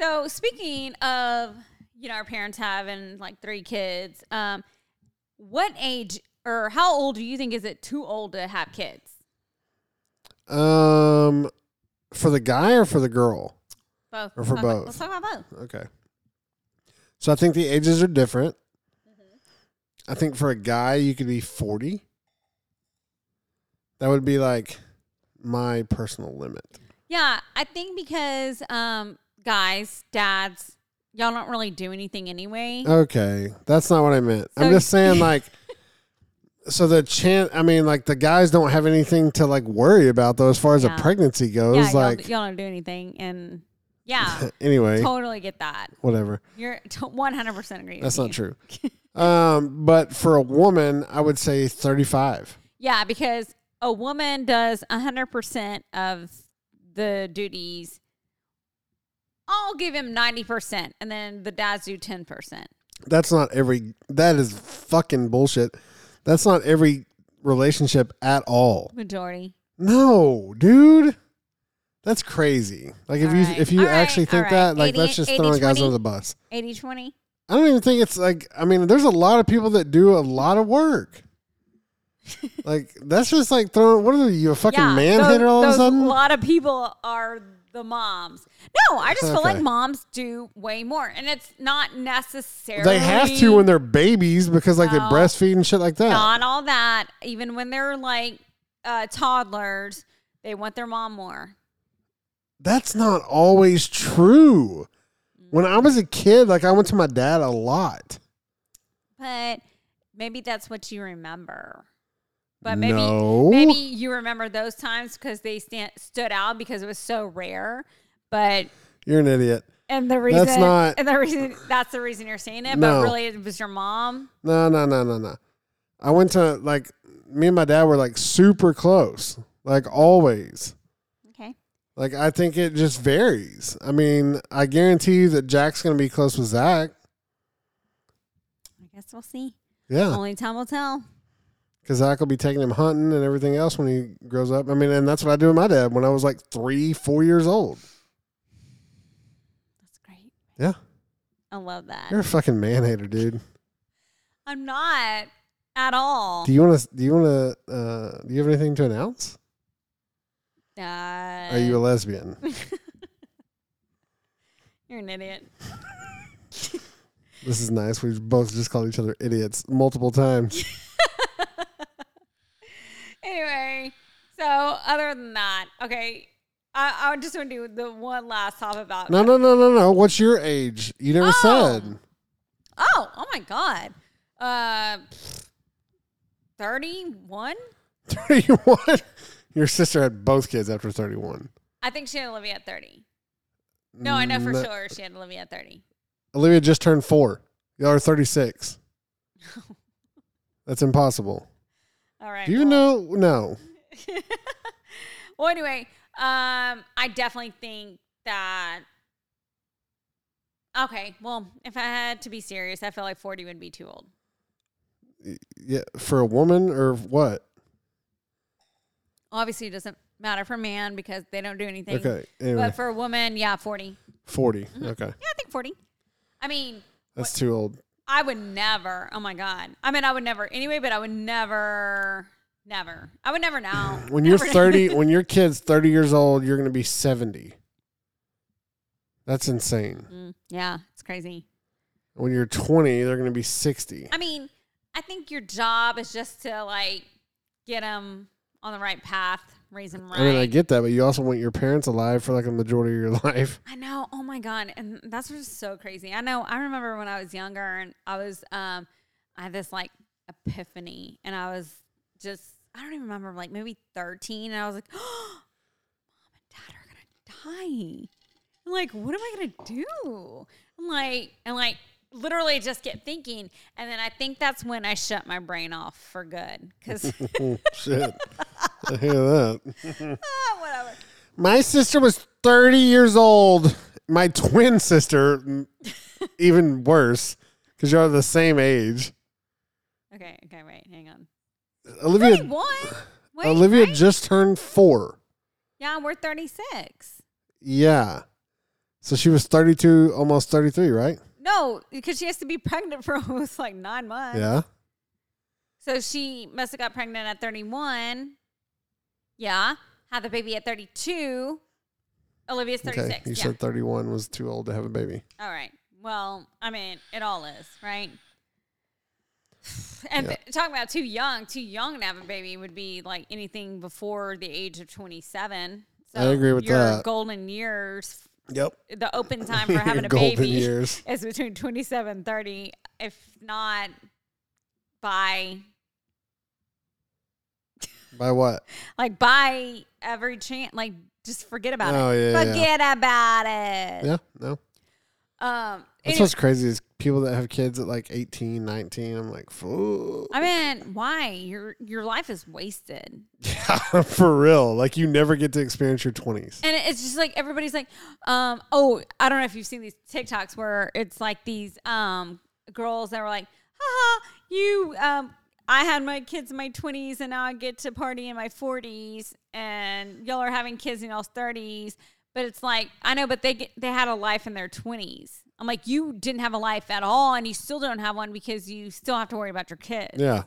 S2: So speaking of, you know, our parents having like three kids, um, what age or how old do you think is it too old to have kids?
S1: Um, for the guy or for the girl?
S2: Both.
S1: Or for
S2: Let's talk about-
S1: both.
S2: Let's talk about both.
S1: Okay. So I think the ages are different.
S2: Mm-hmm.
S1: I think for a guy, you could be 40. That would be like my personal limit.
S2: Yeah, I think because um, guys, dads, y'all don't really do anything anyway.
S1: Oh, Okay. That's not what I meant. I'm
S2: So-
S1: just
S2: (laughs)
S1: saying, like, so the chance, I mean, like, the guys don't have anything to, like, worry about, though, as far as
S2: Yeah.
S1: a pregnancy
S2: yeah,
S1: goes.
S2: y'all,
S1: like,
S2: y'all don't do anything, and
S1: (laughs)
S2: yeah,
S1: anyway,
S2: totally get that.
S1: whatever.
S2: You're (laughs) one hundred percent agree.
S1: That's
S2: with
S1: not
S2: you. (laughs)
S1: true. Um, but for a woman, I would say 35.
S2: Yeah, because a woman does hundred percent of the duties. I'll give him ninety percent, and then the dads do ten percent.
S1: That's not every, that is fucking bullshit. That's not every relationship at all.
S2: Majority.
S1: No, dude. That's crazy. Like if
S2: All
S1: you
S2: right.
S1: if you
S2: All right,
S1: actually think
S2: all right.
S1: that, like
S2: 80
S1: that's just throwing guys
S2: 80-20?
S1: under the bus.
S2: 80 20.
S1: I don't even think it's like I mean, there's a lot of people that do a lot of
S2: (laughs)
S1: work. like that's just like throwing what are you, a fucking man
S2: those-
S1: hitter all of a
S2: those
S1: sudden?
S2: lot of people are the moms. No, I just feel
S1: Okay.
S2: like moms do way more, and it's not necessarily
S1: they have to when they're babies because like they
S2: No.
S1: breastfeed and shit like that.
S2: not all that. Even when they're like uh, toddlers, they want their mom more.
S1: That's not always true. When I was a kid, like I went to my dad a lot.
S2: But maybe that's what you remember. But maybe
S1: No.
S2: maybe you remember those times because they stand, stood out because it was so rare. But
S1: You're an idiot.
S2: and the reason
S1: That's not-
S2: and the reason that's the reason you're saying it.
S1: No.
S2: But really, it was your mom.
S1: No, no, no, no, no. I went to like me and my dad were like super close, like always.
S2: Okay.
S1: Like I think it just varies. I mean, I guarantee you that Jack's gonna be close with Zach.
S2: I guess we'll see.
S1: Yeah,
S2: Only time will tell.
S1: because Zach will be taking him hunting and everything else when he grows up. I mean, and that's what I do with my dad when I was like three, four years old.
S2: That's great.
S1: Yeah,
S2: I love that.
S1: you're a fucking man hater, dude.
S2: I'm not at all.
S1: Do you want to? Do you want to? Uh, do you have anything to announce?
S2: uh,
S1: Are you a
S2: (laughs)
S1: lesbian?
S2: you're an idiot.
S1: This is nice. We've both just called each other idiots multiple times.
S2: (laughs) Anyway, so other than that, okay, I, I just want to do the one last talk about.
S1: No, no, no, no, no. What's your age? You never
S2: Oh.
S1: said. (laughs)
S2: Oh, oh my God. Uh, 31?
S1: 31. Your sister had both kids after 31.
S2: I think she had Olivia at 30. No, I know for
S1: No.
S2: sure she had Olivia at 30.
S1: Mm, Olivia just turned four. Y'all are
S2: (laughs)
S1: 36. That's impossible.
S2: All right.
S1: Do you
S2: well-
S1: know? No.
S2: well, anyway, um, I definitely think that. Okay, well, if I had to be serious, I feel like forty would be too old.
S1: Yeah, for a woman or what?
S2: Obviously, it doesn't matter for a man because they don't do anything.
S1: Okay. Anyway,
S2: But for a woman, yeah, forty.
S1: 40. Okay.
S2: Yeah, I think forty. I mean,
S1: That's too old.
S2: I would never. Oh my god. I mean, I would never anyway, but I would never, never. I would never now.
S1: When you're
S2: Never.
S1: 30, when your kid's 30 years old, you're going to be 70. That's insane.
S2: (laughs) Mm, yeah, it's crazy.
S1: When you're 20, they're going to be 60.
S2: I mean, I think your job is just to like get them on the right path, raise them right.
S1: I mean, I get that, but you also want your parents alive for like a majority of your (laughs) life.
S2: I know. Oh my god, and that's just so crazy. I know. I remember when I was younger, and I was, um, I had this like epiphany, and I was just, I don't even remember, like maybe thirteen, and I was like, (gasps) oh, mom and dad are gonna die. I'm like, what am I gonna do? I'm like, and like, literally just get thinking, and then I think that's when I shut my brain off for good,
S1: (laughs)
S2: because
S1: Oh, shit. I hear that.
S2: (laughs) whatever.
S1: My sister was 30 years old. My twin sister, m- even worse, because you're the same age.
S2: Okay, okay, wait, hang on.
S1: Olivia,
S2: Thirty-one.
S1: (sighs)
S2: Wait,
S1: Olivia
S2: right?
S1: just turned four.
S2: yeah, we're thirty-six.
S1: Yeah. So she was 32, almost 33, right?
S2: No, because she has to be (laughs) pregnant for almost like nine months.
S1: Yeah.
S2: So she must have got pregnant at 31. Yeah. Had the baby at 32. Olivia's 36.
S1: Okay. You
S2: yeah.
S1: said 31 was too old to have a baby.
S2: all right. Well, I mean, it all is, right? (sighs) And
S1: Yeah.
S2: th- talking about too young, too young to have a baby would be like anything before the age of 27. So
S1: I agree with
S2: your
S1: that.
S2: golden years,
S1: Yep. (laughs)
S2: the open time for having a
S1: Golden
S2: baby (laughs)
S1: years.
S2: is between 27 and 30 if not by
S1: By what?
S2: like by every chance like just forget about
S1: Oh, yeah,
S2: it
S1: yeah.
S2: forget about it
S1: Yeah. No.
S2: um
S1: That's
S2: anyway,
S1: what's crazy is people that have kids at like 18, 19. I'm like, fool.
S2: i mean why your your life is wasted
S1: Yeah, (laughs) for real. Like you never get to experience your 20s.
S2: And it's just like everybody's like, um, oh, I don't know if you've seen these TikToks where it's like these um girls that were like, haha, you um I had my kids in my 20s and now I get to party in my 40s and y'all are having kids in y'all's 30s. But it's like, I know, but they get, they had a life in their 20s. I'm like, you didn't have a life at all and you still don't have one because you still have to worry about your kids.
S1: Yeah.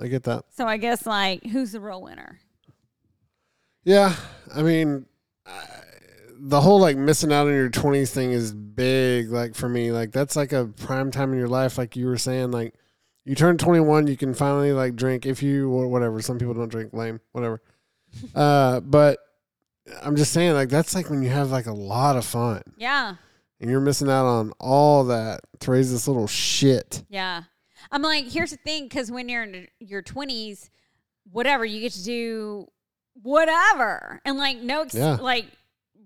S1: I get that.
S2: So I guess like, who's the real winner?
S1: Yeah, I mean, I, the whole like missing out on your twenties thing is big. Like for me, like that's like a prime time in your life. Like you were saying, like you turn twenty one, you can finally like drink if you or whatever. Some people don't drink, lame, whatever. uh, but I'm just saying, like that's like when you have like a lot of fun
S2: Yeah.
S1: and you're missing out on all that to raise this little shit.
S2: Yeah. I'm like, here's the thing, because when you're in your 20s, whatever, you get to do whatever. And like, no, ex-
S1: Yeah.
S2: like,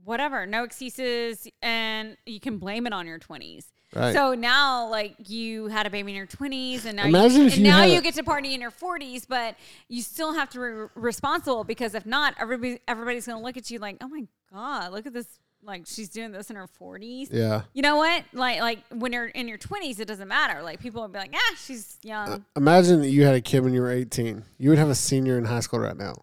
S2: whatever, no excuses. And you can blame it on your 20s.
S1: Right.
S2: So now, like, you had a baby in your 20s, and now,
S1: Imagine
S2: you,
S1: if
S2: and
S1: you
S2: now
S1: had
S2: you
S1: a-
S2: get to party in your 40s, but you still have to be responsible because if not, everybody, everybody's going to look at you like, oh my God, look at this. Like, she's doing this in her 40s
S1: yeah.
S2: you know what? Like like when you're in your twenties, it doesn't matter. Like people would be like, ah, she's young.
S1: Uh. Imagine that you had a kid when you were 18. You would have a senior in high school right now.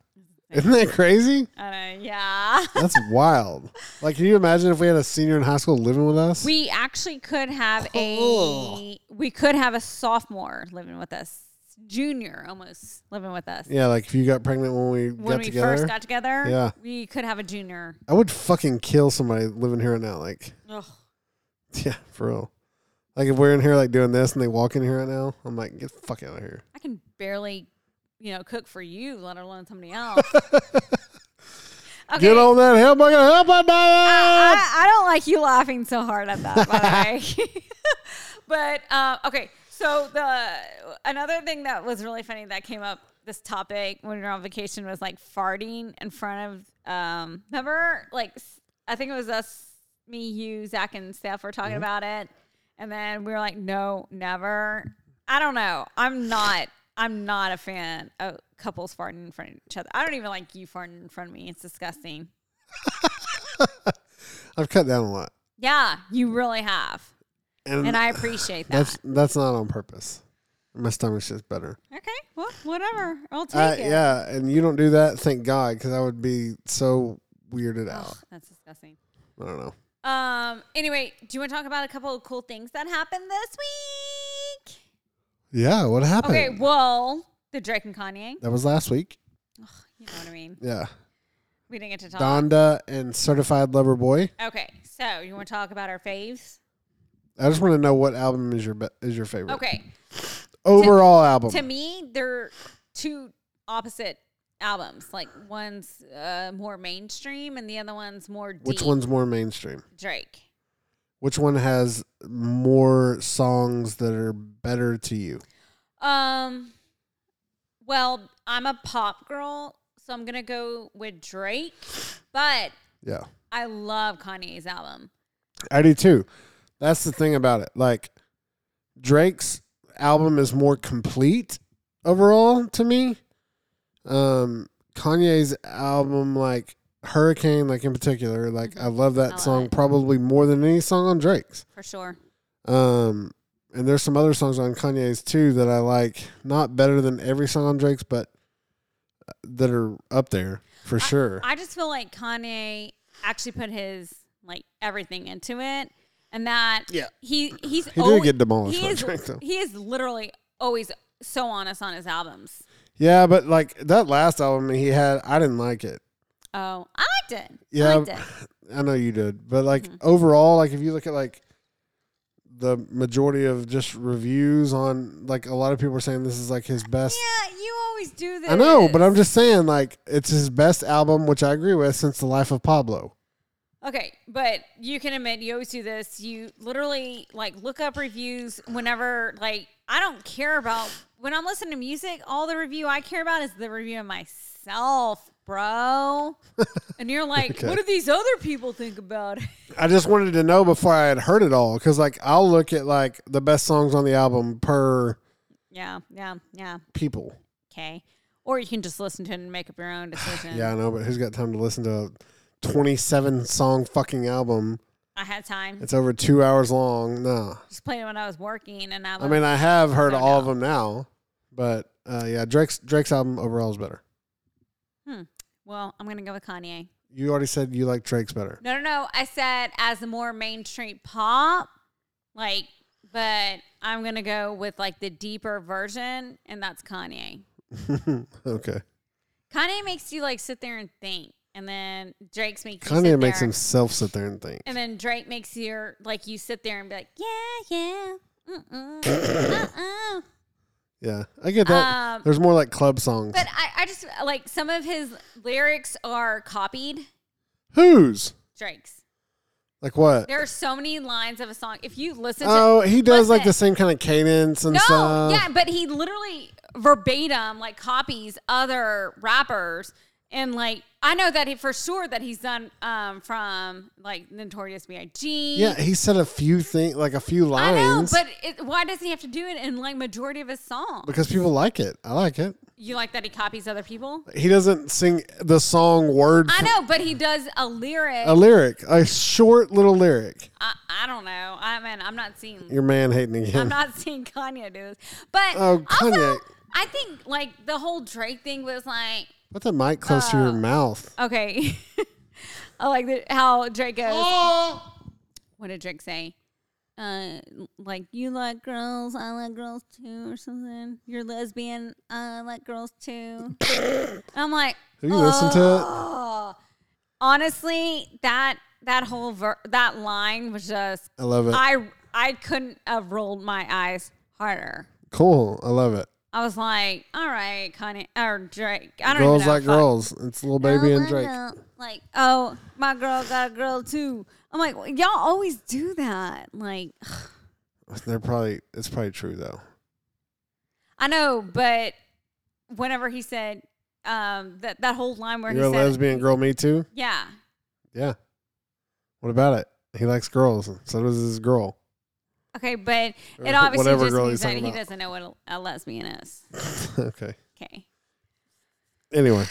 S1: Isn't that crazy?
S2: I don't know, yeah. (laughs)
S1: That's wild. Like, can you imagine if we had a senior in high school living with us?
S2: we actually could have
S1: Cool.
S2: a we could have a sophomore living with us, junior almost living with us.
S1: yeah, like if you got pregnant when we
S2: When
S1: got
S2: we
S1: together,
S2: first got together,
S1: Yeah.
S2: we could have a junior.
S1: I would fucking kill somebody living here right now. Like, (laughs) yeah, for real. Like if we're in here like doing this and they walk in here right now, I'm like, get the fuck out of here.
S2: I can barely, you know, cook for you, let alone
S1: (laughs)
S2: somebody else. okay. Uh,
S1: Get on that help! I gotta help my dad.
S2: I, I don't like you laughing so hard at that, by the way. (laughs) but uh, okay, so the another thing that was really funny that came up this topic when we were on vacation was like farting in front of um remember like s- I think it was us, me, you, Zach, and Steph were talking about it, and then we were like, no, never. I don't know. I'm not. I'm not a fan of couples farting in front of each other. I don't even like you farting in front of me. It's disgusting.
S1: I've cut down a lot,
S2: Yeah, you really have.
S1: and,
S2: And I appreciate that.
S1: that's that's not on purpose. My stomach's just better.
S2: okay, well, whatever. I'll take
S1: Uh,
S2: it.
S1: yeah, and you don't do that, thank God, because I would be so weirded out.
S2: That's disgusting.
S1: I don't know.
S2: Um, anyway, do you want to talk about a couple of cool things that happened this
S1: (clears throat)
S2: week?
S1: Yeah, what happened?
S2: Okay, well, the Drake and Kanye.
S1: That was last week.
S2: You know what I mean?
S1: Yeah.
S2: We didn't get to talk.
S1: Donda and Certified Lover Boy.
S2: Okay, so you want to talk about our faves?
S1: I just want to know what album is your be- is your favorite.
S2: Okay,
S1: Overall album.
S2: to me, they're two opposite albums. Like one's uh, more mainstream and the other one's more deep.
S1: Which one's more mainstream?
S2: Drake.
S1: Which one has more songs that are better to you?
S2: Um, well, I'm a pop girl, so I'm gonna go with Drake, but
S1: Yeah.
S2: I love Kanye's album.
S1: I do too. That's the thing about it. Like Drake's album is more complete overall to me. Um Kanye's album like Hurricane like in particular, like I love that
S2: I
S1: song
S2: love it.
S1: probably more than any song on Drake's.
S2: For sure.
S1: Um, and there's some other songs on Kanye's too that I like, not better than every song on Drake's, but uh, that are up there for sure.
S2: I just feel like Kanye actually put his like everything into it, and that
S1: Yeah.
S2: he he's
S1: he did
S2: always,
S1: get demolished
S2: he
S1: by
S2: is
S1: Drake though.
S2: he is literally always so honest on his albums.
S1: Yeah, but like that last album he had, I didn't like it.
S2: Oh, I liked it. I
S1: Yeah,
S2: liked it.
S1: I know you did, but like
S2: Mm-hmm.
S1: overall, like if you look at like the majority of just reviews on like a lot of people are saying this is like his best
S2: Yeah, you always do this.
S1: I know, but I'm just saying, like, it's his best album, which I agree with, since The Life of Pablo.
S2: Okay, but you can admit you always do this. You literally like look up reviews whenever like I don't care about when I'm listening to music, all the review I care about is the review of myself, bro.
S1: (laughs)
S2: and you're like,
S1: Okay.
S2: what do these other people think about it?
S1: I just wanted to know before I had heard it all because, like, I'll look at like the best songs on the album per
S2: yeah, yeah, yeah.
S1: people.
S2: Okay. Or you can just listen to it and make up
S1: (sighs)
S2: your own decision.
S1: Yeah, I know, but who's got time to listen to a 27 song fucking album?
S2: I had time.
S1: It's over two hours long. No,
S2: Just played it when I was working and I was
S1: I mean I have heard
S2: No,
S1: all
S2: no.
S1: of them now, But uh, yeah, Drake's Drake's album overall is better.
S2: Well, I'm gonna go with Kanye.
S1: You already said you like Drake's better. (laughs)
S2: No, no, no. I said as a more mainstream pop, like, but I'm gonna go with like the deeper version, and that's Kanye.
S1: okay.
S2: Kanye makes you like sit there and think, and then Drake's makes you
S1: Kanye
S2: sit
S1: makes
S2: there,
S1: himself sit there and think.
S2: and then Drake makes you like you sit there and be like, yeah, yeah,
S1: (laughs)
S2: mm mm, uh, uh.
S1: Yeah, I get that.
S2: Um,
S1: There's more like club songs.
S2: But I, I just like some of his lyrics are copied
S1: Who's
S2: Drake's.
S1: like what?
S2: There are so many lines of a song. If you (laughs) listen to
S1: Oh, he does like
S2: listen.
S1: the same kind of cadence and
S2: No,
S1: stuff.
S2: yeah, but he literally verbatim like copies other rappers, and like I know that he for sure that he's done um from like Notorious B.I.G.
S1: Yeah, he said a few things, like a few
S2: I know,
S1: lines,
S2: but it, why does he have to do it in like majority of his songs?
S1: because people like it. I like it.
S2: You like that he copies other people?
S1: He doesn't sing the song word
S2: I
S1: for
S2: know, but he does a lyric.
S1: a lyric, a short little lyric.
S2: I, I don't know. I mean, I'm not seeing
S1: Your man hating again.
S2: I'm not (laughs) seeing Kanye do this, but
S1: Oh, Kanye.
S2: also I think like the whole Drake thing was like.
S1: Put the mic close
S2: Oh.
S1: to your mouth.
S2: Okay. (laughs) I like the, how Drake goes.
S1: Oh.
S2: What did Drake say? Uh, like you like girls, I like girls too, or something. You're lesbian, I like girls
S1: (coughs)
S2: too. I'm like,
S1: Have you listened to it?
S2: Oh. "Ugh." Honestly, that that whole ver- that line was just
S1: I love it.
S2: I I couldn't have rolled my eyes harder.
S1: cool. I love it.
S2: I was like, all right, Kanye or Drake. I don't
S1: Girls
S2: even know
S1: like
S2: if I-
S1: girls. It's little baby
S2: Oh,
S1: and
S2: I
S1: Drake.
S2: know. Like, oh, my girl got a girl too. I'm like, well, y'all always do that. Like,
S1: They're probably. It's probably true though.
S2: I know, but whenever he said um, that that whole line where
S1: You're a
S2: he said,
S1: lesbian girl. Me too.
S2: yeah,
S1: Yeah. What about it? He likes girls. and So does his girl. (laughs)
S2: okay, but
S1: Or
S2: it
S1: wh-
S2: obviously
S1: whatever
S2: just
S1: girl
S2: means
S1: he's
S2: that
S1: talking
S2: he
S1: about.
S2: doesn't know what a, a lesbian is.
S1: okay.
S2: Okay,
S1: Anyway,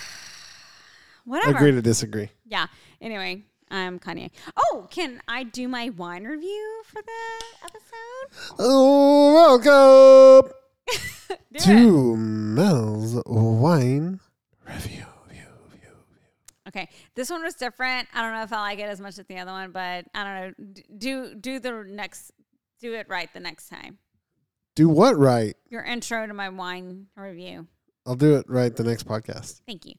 S2: whatever.
S1: agree to disagree.
S2: Yeah. Anyway, I'm Kanye. Oh, can I do my wine review for the episode?
S1: Oh,
S2: (laughs)
S1: welcome
S2: Do it.
S1: to Mel's wine review. View, view.
S2: Okay, this one was different. I don't know if I like it as much as the other one, but I don't know. D- Do do the next, do it right the next time.
S1: Do what right?
S2: Your intro to my wine review.
S1: I'll do it right the next podcast.
S2: Thank you.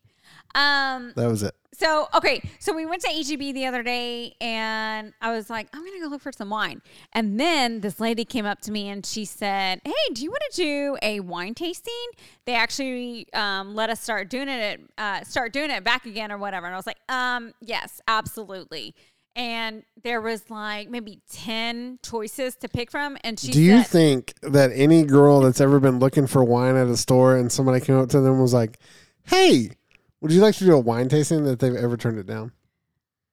S2: Um.
S1: That was it.
S2: So okay, so we went to HEB the other day, and I was like, I'm gonna go look for some wine. And then this lady came up to me and she said, Hey, do you want to do a wine tasting? They actually um, let us start doing it, at, uh, start doing it back again or whatever. And I was like, Um, yes, absolutely. And there was like maybe ten choices to pick from, and she
S1: Do you
S2: said,
S1: think that any girl that's ever been looking for wine at a store and somebody came up to them and was like, "Hey, would you like to do a wine tasting?" that they've ever turned it down?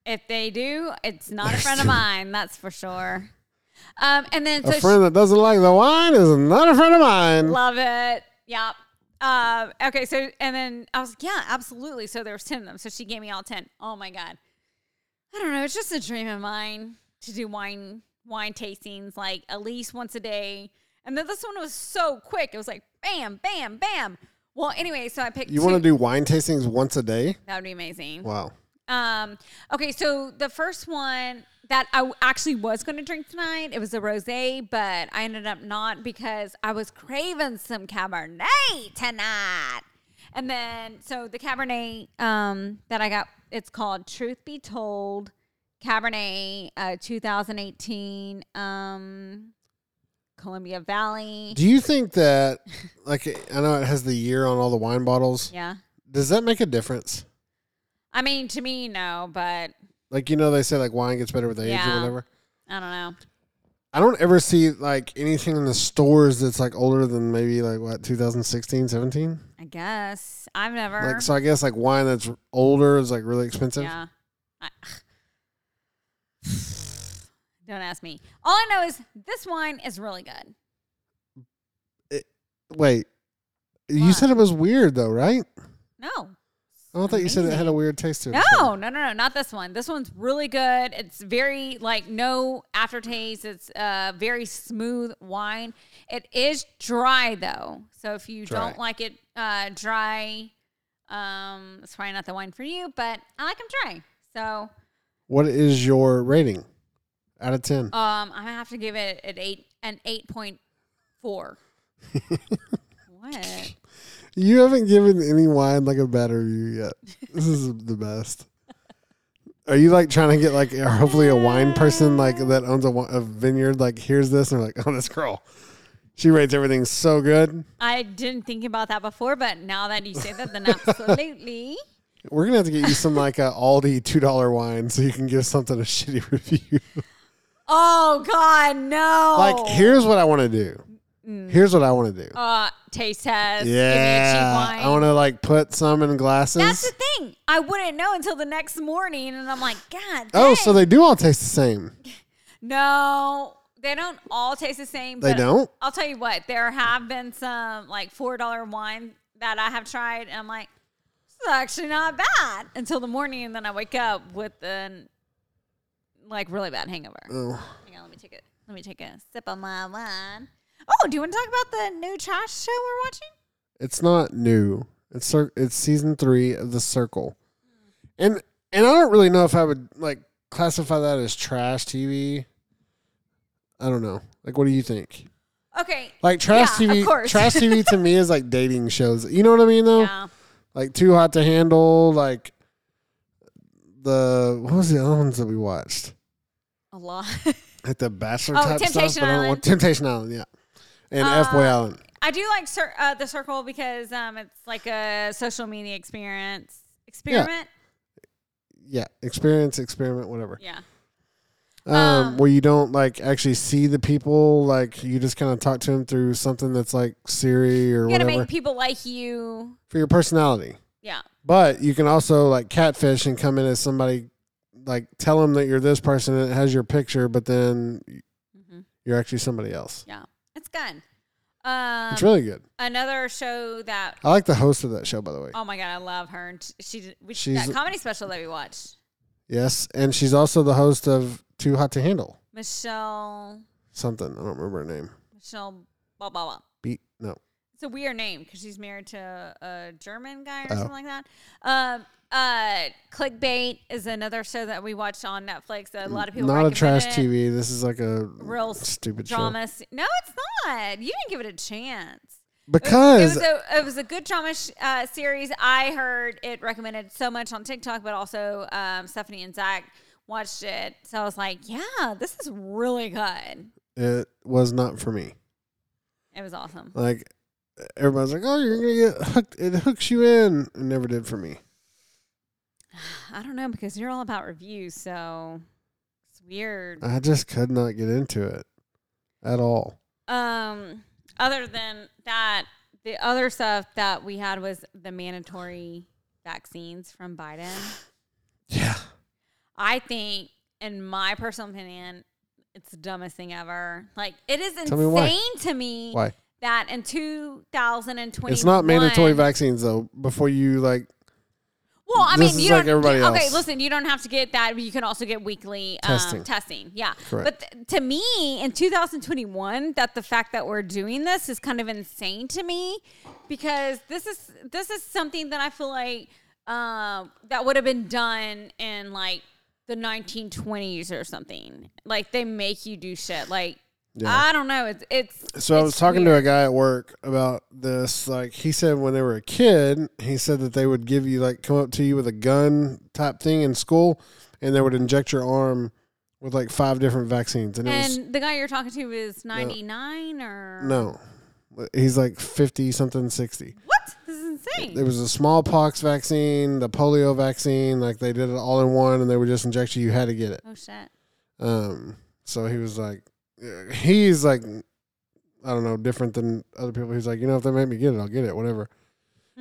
S2: If they do, it's not a friend of mine, that's for sure. Um, and then
S1: A
S2: so she-
S1: friend that doesn't like the wine is not a friend of mine.
S2: Love it. Yep. Uh, okay. So, and then I was like, yeah, absolutely. So there was 10 of them. So she gave me all 10. Oh my God. I don't know. It's just a dream of mine to do wine, wine tastings like at least once a day. And then this one was so quick. It was like, bam, bam, bam. Well, anyway, so I picked
S1: You
S2: two.
S1: want to do wine tastings once a day?
S2: that would be amazing.
S1: Wow.
S2: Um, okay, so the first one that I w- actually was going to drink tonight, it was a rosé, but I ended up not because I was craving some Cabernet tonight. And then, so the Cabernet um, that I got, it's called Truth Be Told Cabernet uh, 2018 um, Columbia Valley.
S1: Do you think that, like, I know it has the year on all the wine bottles.
S2: Yeah.
S1: Does that make a difference?
S2: I mean, to me, no, but
S1: Like, you know, they say like wine gets better with age or
S2: Yeah.
S1: whatever.
S2: I don't know.
S1: I don't ever see like anything in the stores that's like older than maybe like what 2016, 17.
S2: I guess I've never.
S1: Like, so I guess like wine that's older is like really expensive.
S2: Uh-huh. Yeah. I, (sighs) don't ask me. All I know is this wine is really good.
S1: Wait, you
S2: What?
S1: said it was weird though, right?
S2: No,
S1: Oh, I thought you said it had a weird taste to it. or
S2: No, no, no, no, not this one. This one's really good. It's very like no aftertaste. It's uh, very smooth wine. It is dry though, so if you
S1: Dry.
S2: don't like it uh, dry, um, it's probably not the wine for you. But I like them dry,
S1: What is your rating out of 10?
S2: so um, I have to give it an eight, an eight point
S1: (laughs)
S2: four. what?
S1: you haven't given any wine like a bad review yet. this is the best. Are you like trying to get like hopefully a wine person like that owns a, wi- a vineyard like hears this and they're like, oh, this girl, she rates everything so good.
S2: I didn't think about that before, but now that you
S1: (laughs)
S2: say that, then absolutely.
S1: We're gonna have to get you some like a Aldi two dollar wine so you can give something a shitty
S2: (laughs)
S1: review.
S2: Oh God, no!
S1: like here's what I want to do.
S2: Mm.
S1: Here's what I want to do.
S2: uh, taste test. give me a cheap
S1: yeah,
S2: wine.
S1: I want to like put some in glasses.
S2: That's the thing. I wouldn't know until the next morning, and I'm like, God.
S1: oh,
S2: dang.
S1: so they do all taste the same.
S2: no, they don't all taste the same.
S1: They
S2: but
S1: don't?
S2: I'll tell you what. There have been some like four dollar wine that I have tried, and I'm like, this is actually not bad until the morning, and then I wake up with an like really bad hangover.
S1: Oh,
S2: Hang on, let me take it. Let me take a sip of my wine. Oh, do you want to talk about the new trash show we're watching?
S1: it's not new. It's cir- it's season three of The Circle, and and I don't really know if I would like classify that as trash TV. I don't know. Like, what do you think?
S2: Okay.
S1: Like trash
S2: Yeah, of
S1: TV,
S2: course.
S1: trash TV to me is like dating shows. You know what I mean, though.
S2: Yeah.
S1: like too hot to handle like the what was the other ones that we watched oh.
S2: A lot. (laughs)
S1: like the bachelor
S2: Oh,
S1: type
S2: Temptation
S1: stuff but I don't
S2: Island.
S1: want- temptation island yeah and
S2: Uh,
S1: f boy island
S2: I do like cir- uh, the circle because um, it's like a social media experience experiment.
S1: yeah experience experiment whatever
S2: Yeah.
S1: um,
S2: um,
S1: where you don't like actually see the people like you just kind of talk to them through something that's like siri or
S2: You gotta
S1: whatever
S2: make people like you.
S1: for your personality
S2: Yeah.
S1: but you can also like catfish and come in as somebody like tell them that you're this person and it has your picture but then
S2: hmm
S1: you're actually somebody else
S2: Yeah. It's good. Um,
S1: it's really good
S2: another show that
S1: I like the host of that show, by the way.
S2: oh my god, I love her. And sh- she did- we,
S1: She's-
S2: that comedy special that we watched,
S1: Yes, and she's also the host of Too Hot to Handle.
S2: Michelle
S1: Something I don't remember her name.
S2: Michelle blah blah blah.
S1: Beat no.
S2: It's a weird name because she's married to a German guy or
S1: Oh.
S2: something like that. Um, uh, Clickbait is another show that we watched on Netflix. that A lot of people
S1: Not a
S2: recommend
S1: trash
S2: it.
S1: TV. This is like a
S2: real s-
S1: stupid show.
S2: drama. se- No, it's not. You didn't give it a chance. It was-
S1: Because
S2: it was, a it was a good drama sh- uh, series. I heard it recommended so much on TikTok, but also um, Stephanie and Zach watched it. So I was like, yeah, this is really good.
S1: it was not for me.
S2: It was awesome.
S1: Like everybody's like, "Oh, you're gonna get hooked." It hooks you in. It never did for me.
S2: I don't know because you're all about reviews, so it's weird.
S1: I just could not get into it at all.
S2: Um, other than that, the other stuff that we had was the mandatory vaccines from Biden.
S1: Yeah.
S2: I think, in my personal opinion, it's the dumbest thing ever. Like, it is
S1: Tell me why.
S2: insane to me
S1: Why?
S2: that in 2020,
S1: It's not mandatory vaccines though. Before you like,
S2: Well, I
S1: This
S2: mean,
S1: is
S2: you
S1: like
S2: don't,
S1: everybody
S2: you- okay,
S1: else.
S2: listen, you don't have to get that, but you can also get weekly um,
S1: Testing.
S2: testing. Yeah.
S1: Correct.
S2: But th- to me, in 2021, that the fact that we're doing this is kind of insane to me because this is this is something that I feel like um, that would have been done in like the 1920s or something. Like they make you do shit. Like
S1: Yeah.
S2: I don't know. It's it's
S1: So I
S2: it's
S1: was talking to
S2: weird.
S1: a guy at work about this. Like he said, when they were a kid, he said that they would give you like come up to you with a gun type thing in school, and they would inject your arm with like five different vaccines. And, it
S2: and the guy you're talking to is 99 or
S1: was no, he's like fifty something, sixty.
S2: What? This is insane.
S1: There was a smallpox vaccine, the polio vaccine. Like they did it all in one, and they would just inject you. You had to get it.
S2: Oh shit.
S1: Um, so he was like, uh, he's like, I don't know, different than other people. He's like, you know, if they make me get it, I'll get it, whatever.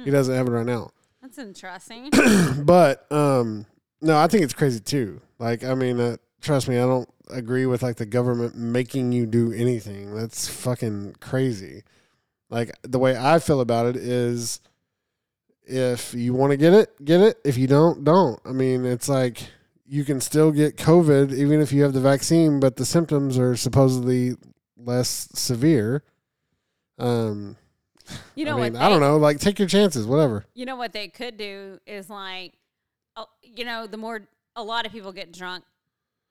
S1: He doesn't have it right now, (coughs)
S2: That's interesting.
S1: but um, no, I think it's crazy too. Like, I mean, uh, trust me, I don't agree with like the government making you do anything. That's fucking crazy. Like the way I feel about it is, If you want to get it, get it. If you don't, don't. I mean, it's like you can still get COVID even if you have the vaccine, but the symptoms are supposedly less severe. Um,
S2: You know
S1: I mean,
S2: what?
S1: I don't
S2: they-
S1: know. Like, take your chances, whatever.
S2: You know what they could do is like, oh, you know, the more a lot of people get drunk,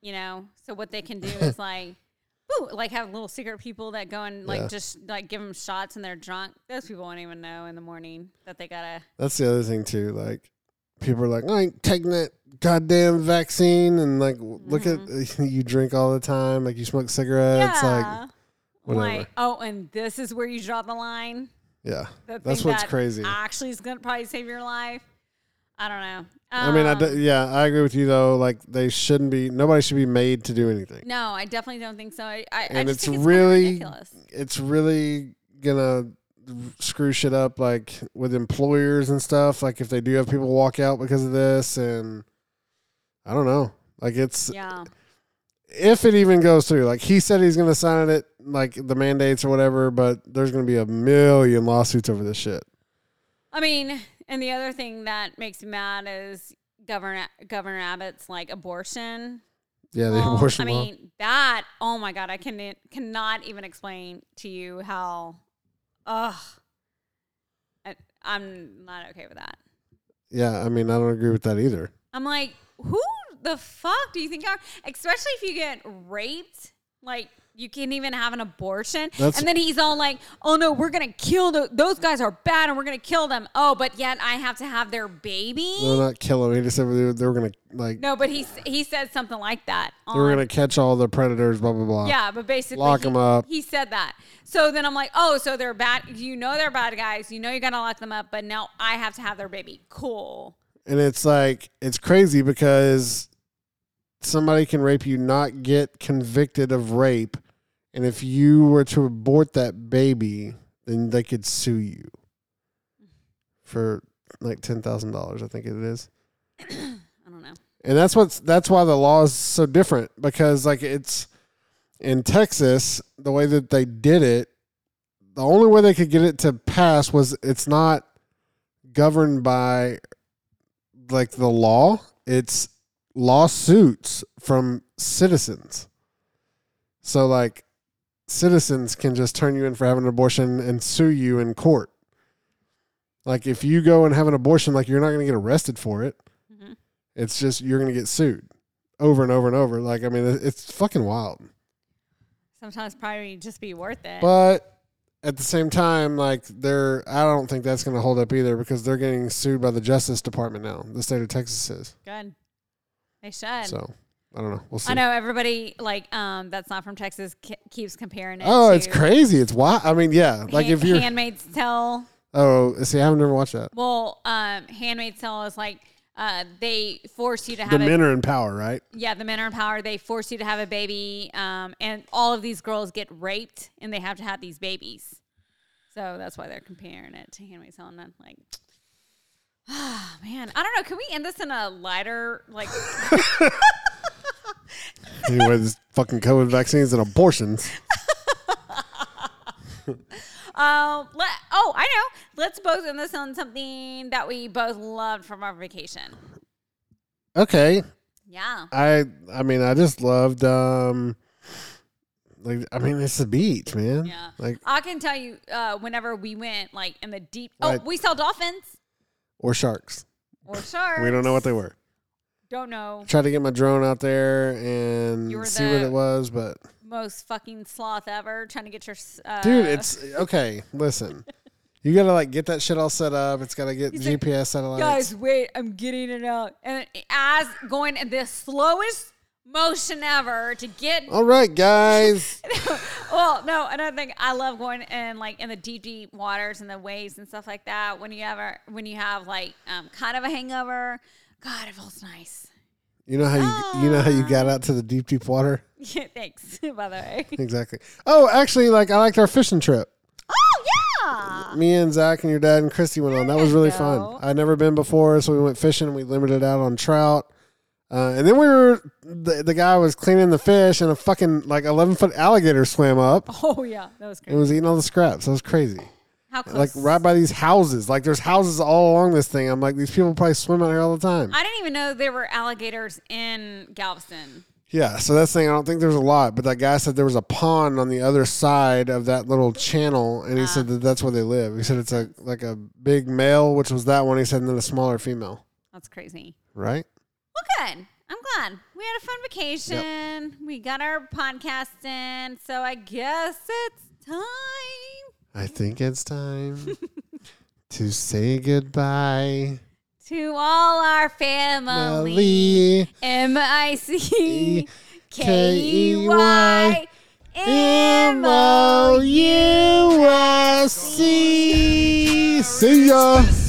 S2: you know, so what they can do
S1: (laughs)
S2: is like, ooh, like have little secret people that go and like
S1: Yeah.
S2: just like give them shots and they're drunk. Those people won't even know in the morning that they gotta.
S1: That's the other thing too. Like, people are like, I ain't taking that goddamn vaccine, and like, w- look
S2: Mm-hmm.
S1: at (laughs) you drink all the time, like you smoke cigarettes, like whatever.
S2: Like, oh, and this is where you draw the line.
S1: yeah,
S2: The
S1: that's
S2: thing
S1: what's
S2: that
S1: crazy.
S2: Actually, is gonna probably save your life. I don't know.
S1: I mean, I
S2: Um,
S1: d- yeah, I agree with you though. Like, they shouldn't be. Nobody should be made to do anything.
S2: No, I definitely don't think so. I, I, I
S1: And
S2: just
S1: it's
S2: think it's
S1: really-
S2: really ridiculous.
S1: It's really gonna screw shit up, like with employers and stuff. Like, if they do have people walk out because of this, and I don't know. Like, it's
S2: Yeah.
S1: if it even goes through, like he said he's going to sign it, like the mandates or whatever, but there's going to be a million lawsuits over this shit.
S2: I mean, and the other thing that makes me mad is Governor Governor Abbott's like abortion.
S1: Yeah, the
S2: law.
S1: abortion
S2: I
S1: law.
S2: mean, that. Oh my God, I can cannot even explain to you how. Ugh. I, I'm not okay with that.
S1: yeah, I mean, I don't agree with that either.
S2: I'm like, who the fuck do you think you are? Especially if you get raped, like you can't even have an abortion.
S1: That's-
S2: and then he's all like, oh no, we're gonna kill the- those guys are bad and we're gonna kill them. Oh, but yet I have to have their baby.
S1: They're not killing. He just said they were, they were going to like
S2: No, but he s- he said something like that.
S1: they were
S2: on-
S1: going to catch all the predators. Blah blah blah.
S2: yeah, but basically
S1: Lock
S2: he,
S1: 'em up.
S2: He said that. So then I'm like, oh, so they're bad. You know they're bad guys. You know you gotta lock them up. But now I have to have their baby. Cool.
S1: and it's like it's crazy because somebody can rape you, not get convicted of rape, and if you were to abort that baby, then they could sue you for like ten thousand dollars. I think it is.
S2: I don't know.
S1: And that's what's that's why the law is so different because like it's in Texas, the way that they did it, the only way they could get it to pass was it's not governed by like the law, it's lawsuits from citizens. So like citizens can just turn you in for having an abortion and sue you in court. Like if you go and have an abortion, like you're not going to get arrested for it.
S2: Mhm.
S1: It's just you're gonna get sued over and over and over. Like I mean, it- it's fucking wild.
S2: Sometimes probably just be worth it.
S1: But at the same time, like they're I don't think that's gonna hold up either because they're getting sued by the Justice Department now. The state of Texas is
S2: Good. They should.
S1: so I don't know. We'll see.
S2: I know everybody like um that's not from Texas ke- keeps comparing it.
S1: Oh,
S2: to
S1: it's crazy. It's wild. I mean, yeah. Like
S2: Han-
S1: if you're
S2: Handmaid's Tale.
S1: oh, see, I've never watched that.
S2: Well, um, Handmaid's Tale is like uh they force you to have
S1: The
S2: a
S1: men are in power, right?
S2: yeah the men are in power. They force you to have a baby, um, and all of these girls get raped and they have to have these babies. So that's why they're comparing it to Handmaid's Tale, and I'm like. (sighs) ah man, I don't know. Can we end this in a lighter, like, (laughs)
S1: anyway, this fucking COVID vaccines and abortions.
S2: Um, let, oh, I know. Let's both end this on something that we both loved from our vacation.
S1: Okay,
S2: Yeah.
S1: I I mean, I just loved um, like I mean, it's the beach, man.
S2: Yeah.
S1: Like
S2: I can tell you, uh, whenever we went like in the deep,
S1: Right.
S2: oh, we saw dolphins
S1: or sharks.
S2: or
S1: (laughs)
S2: sharks.
S1: We don't know what they were.
S2: Don't know.
S1: Tried to get my drone out there and
S2: You were
S1: see what
S2: the-
S1: it was, but
S2: Most fucking sloth ever trying to get your. s- Uh,
S1: dude, it's okay. Listen, you gotta like get that shit all set up. It's gotta get
S2: like,
S1: GPS satellites.
S2: guys. Wait, I'm getting it out, and as going in the slowest motion ever to get
S1: all right,
S2: (laughs)
S1: guys.
S2: well, no, another thing I love going in like in the deep, deep waters and the waves and stuff like that. When you ever when you have like um, kind of a hangover, God, it feels nice. (laughs)
S1: You know how you you know
S2: Ah.
S1: how you got out to the deep, deep water.
S2: Yeah, thanks. (laughs) By
S1: (laughs)
S2: the way,
S1: Exactly. Oh, actually, like I liked our fishing trip.
S2: oh yeah,
S1: Me and Zach and your dad and Christy went on. That was
S2: There
S1: really
S2: you
S1: fun.
S2: go.
S1: I'd never been before, so we went fishing. and We limited out on trout, uh, and then we were the, the guy was cleaning the fish, and a fucking like eleven foot alligator swam up
S2: oh yeah, that was
S1: and
S2: crazy.
S1: was eating all the scraps. That was crazy.
S2: How close?
S1: like right by these houses. Like there's houses all along this thing. I'm like, these people probably swim out here all the time.
S2: I didn't even know there were alligators in Galveston.
S1: yeah. So that's the thing. I don't think there's a lot, but that guy said there was a pond on the other side of that little channel, and he said
S2: Uh.
S1: that that's where they live. He said it's a like a big male, which was that one. He said, and then a smaller female.
S2: That's crazy.
S1: Right.
S2: Well, good. I'm glad. We had a fun vacation. We got our podcast in. So I guess it's time.
S1: I think it's (laughs) time to say goodbye,
S2: To all our family,
S1: Ellie.
S2: M I C K E
S1: K-E-Y.
S2: Y E M O.
S1: U S C. E. See ya.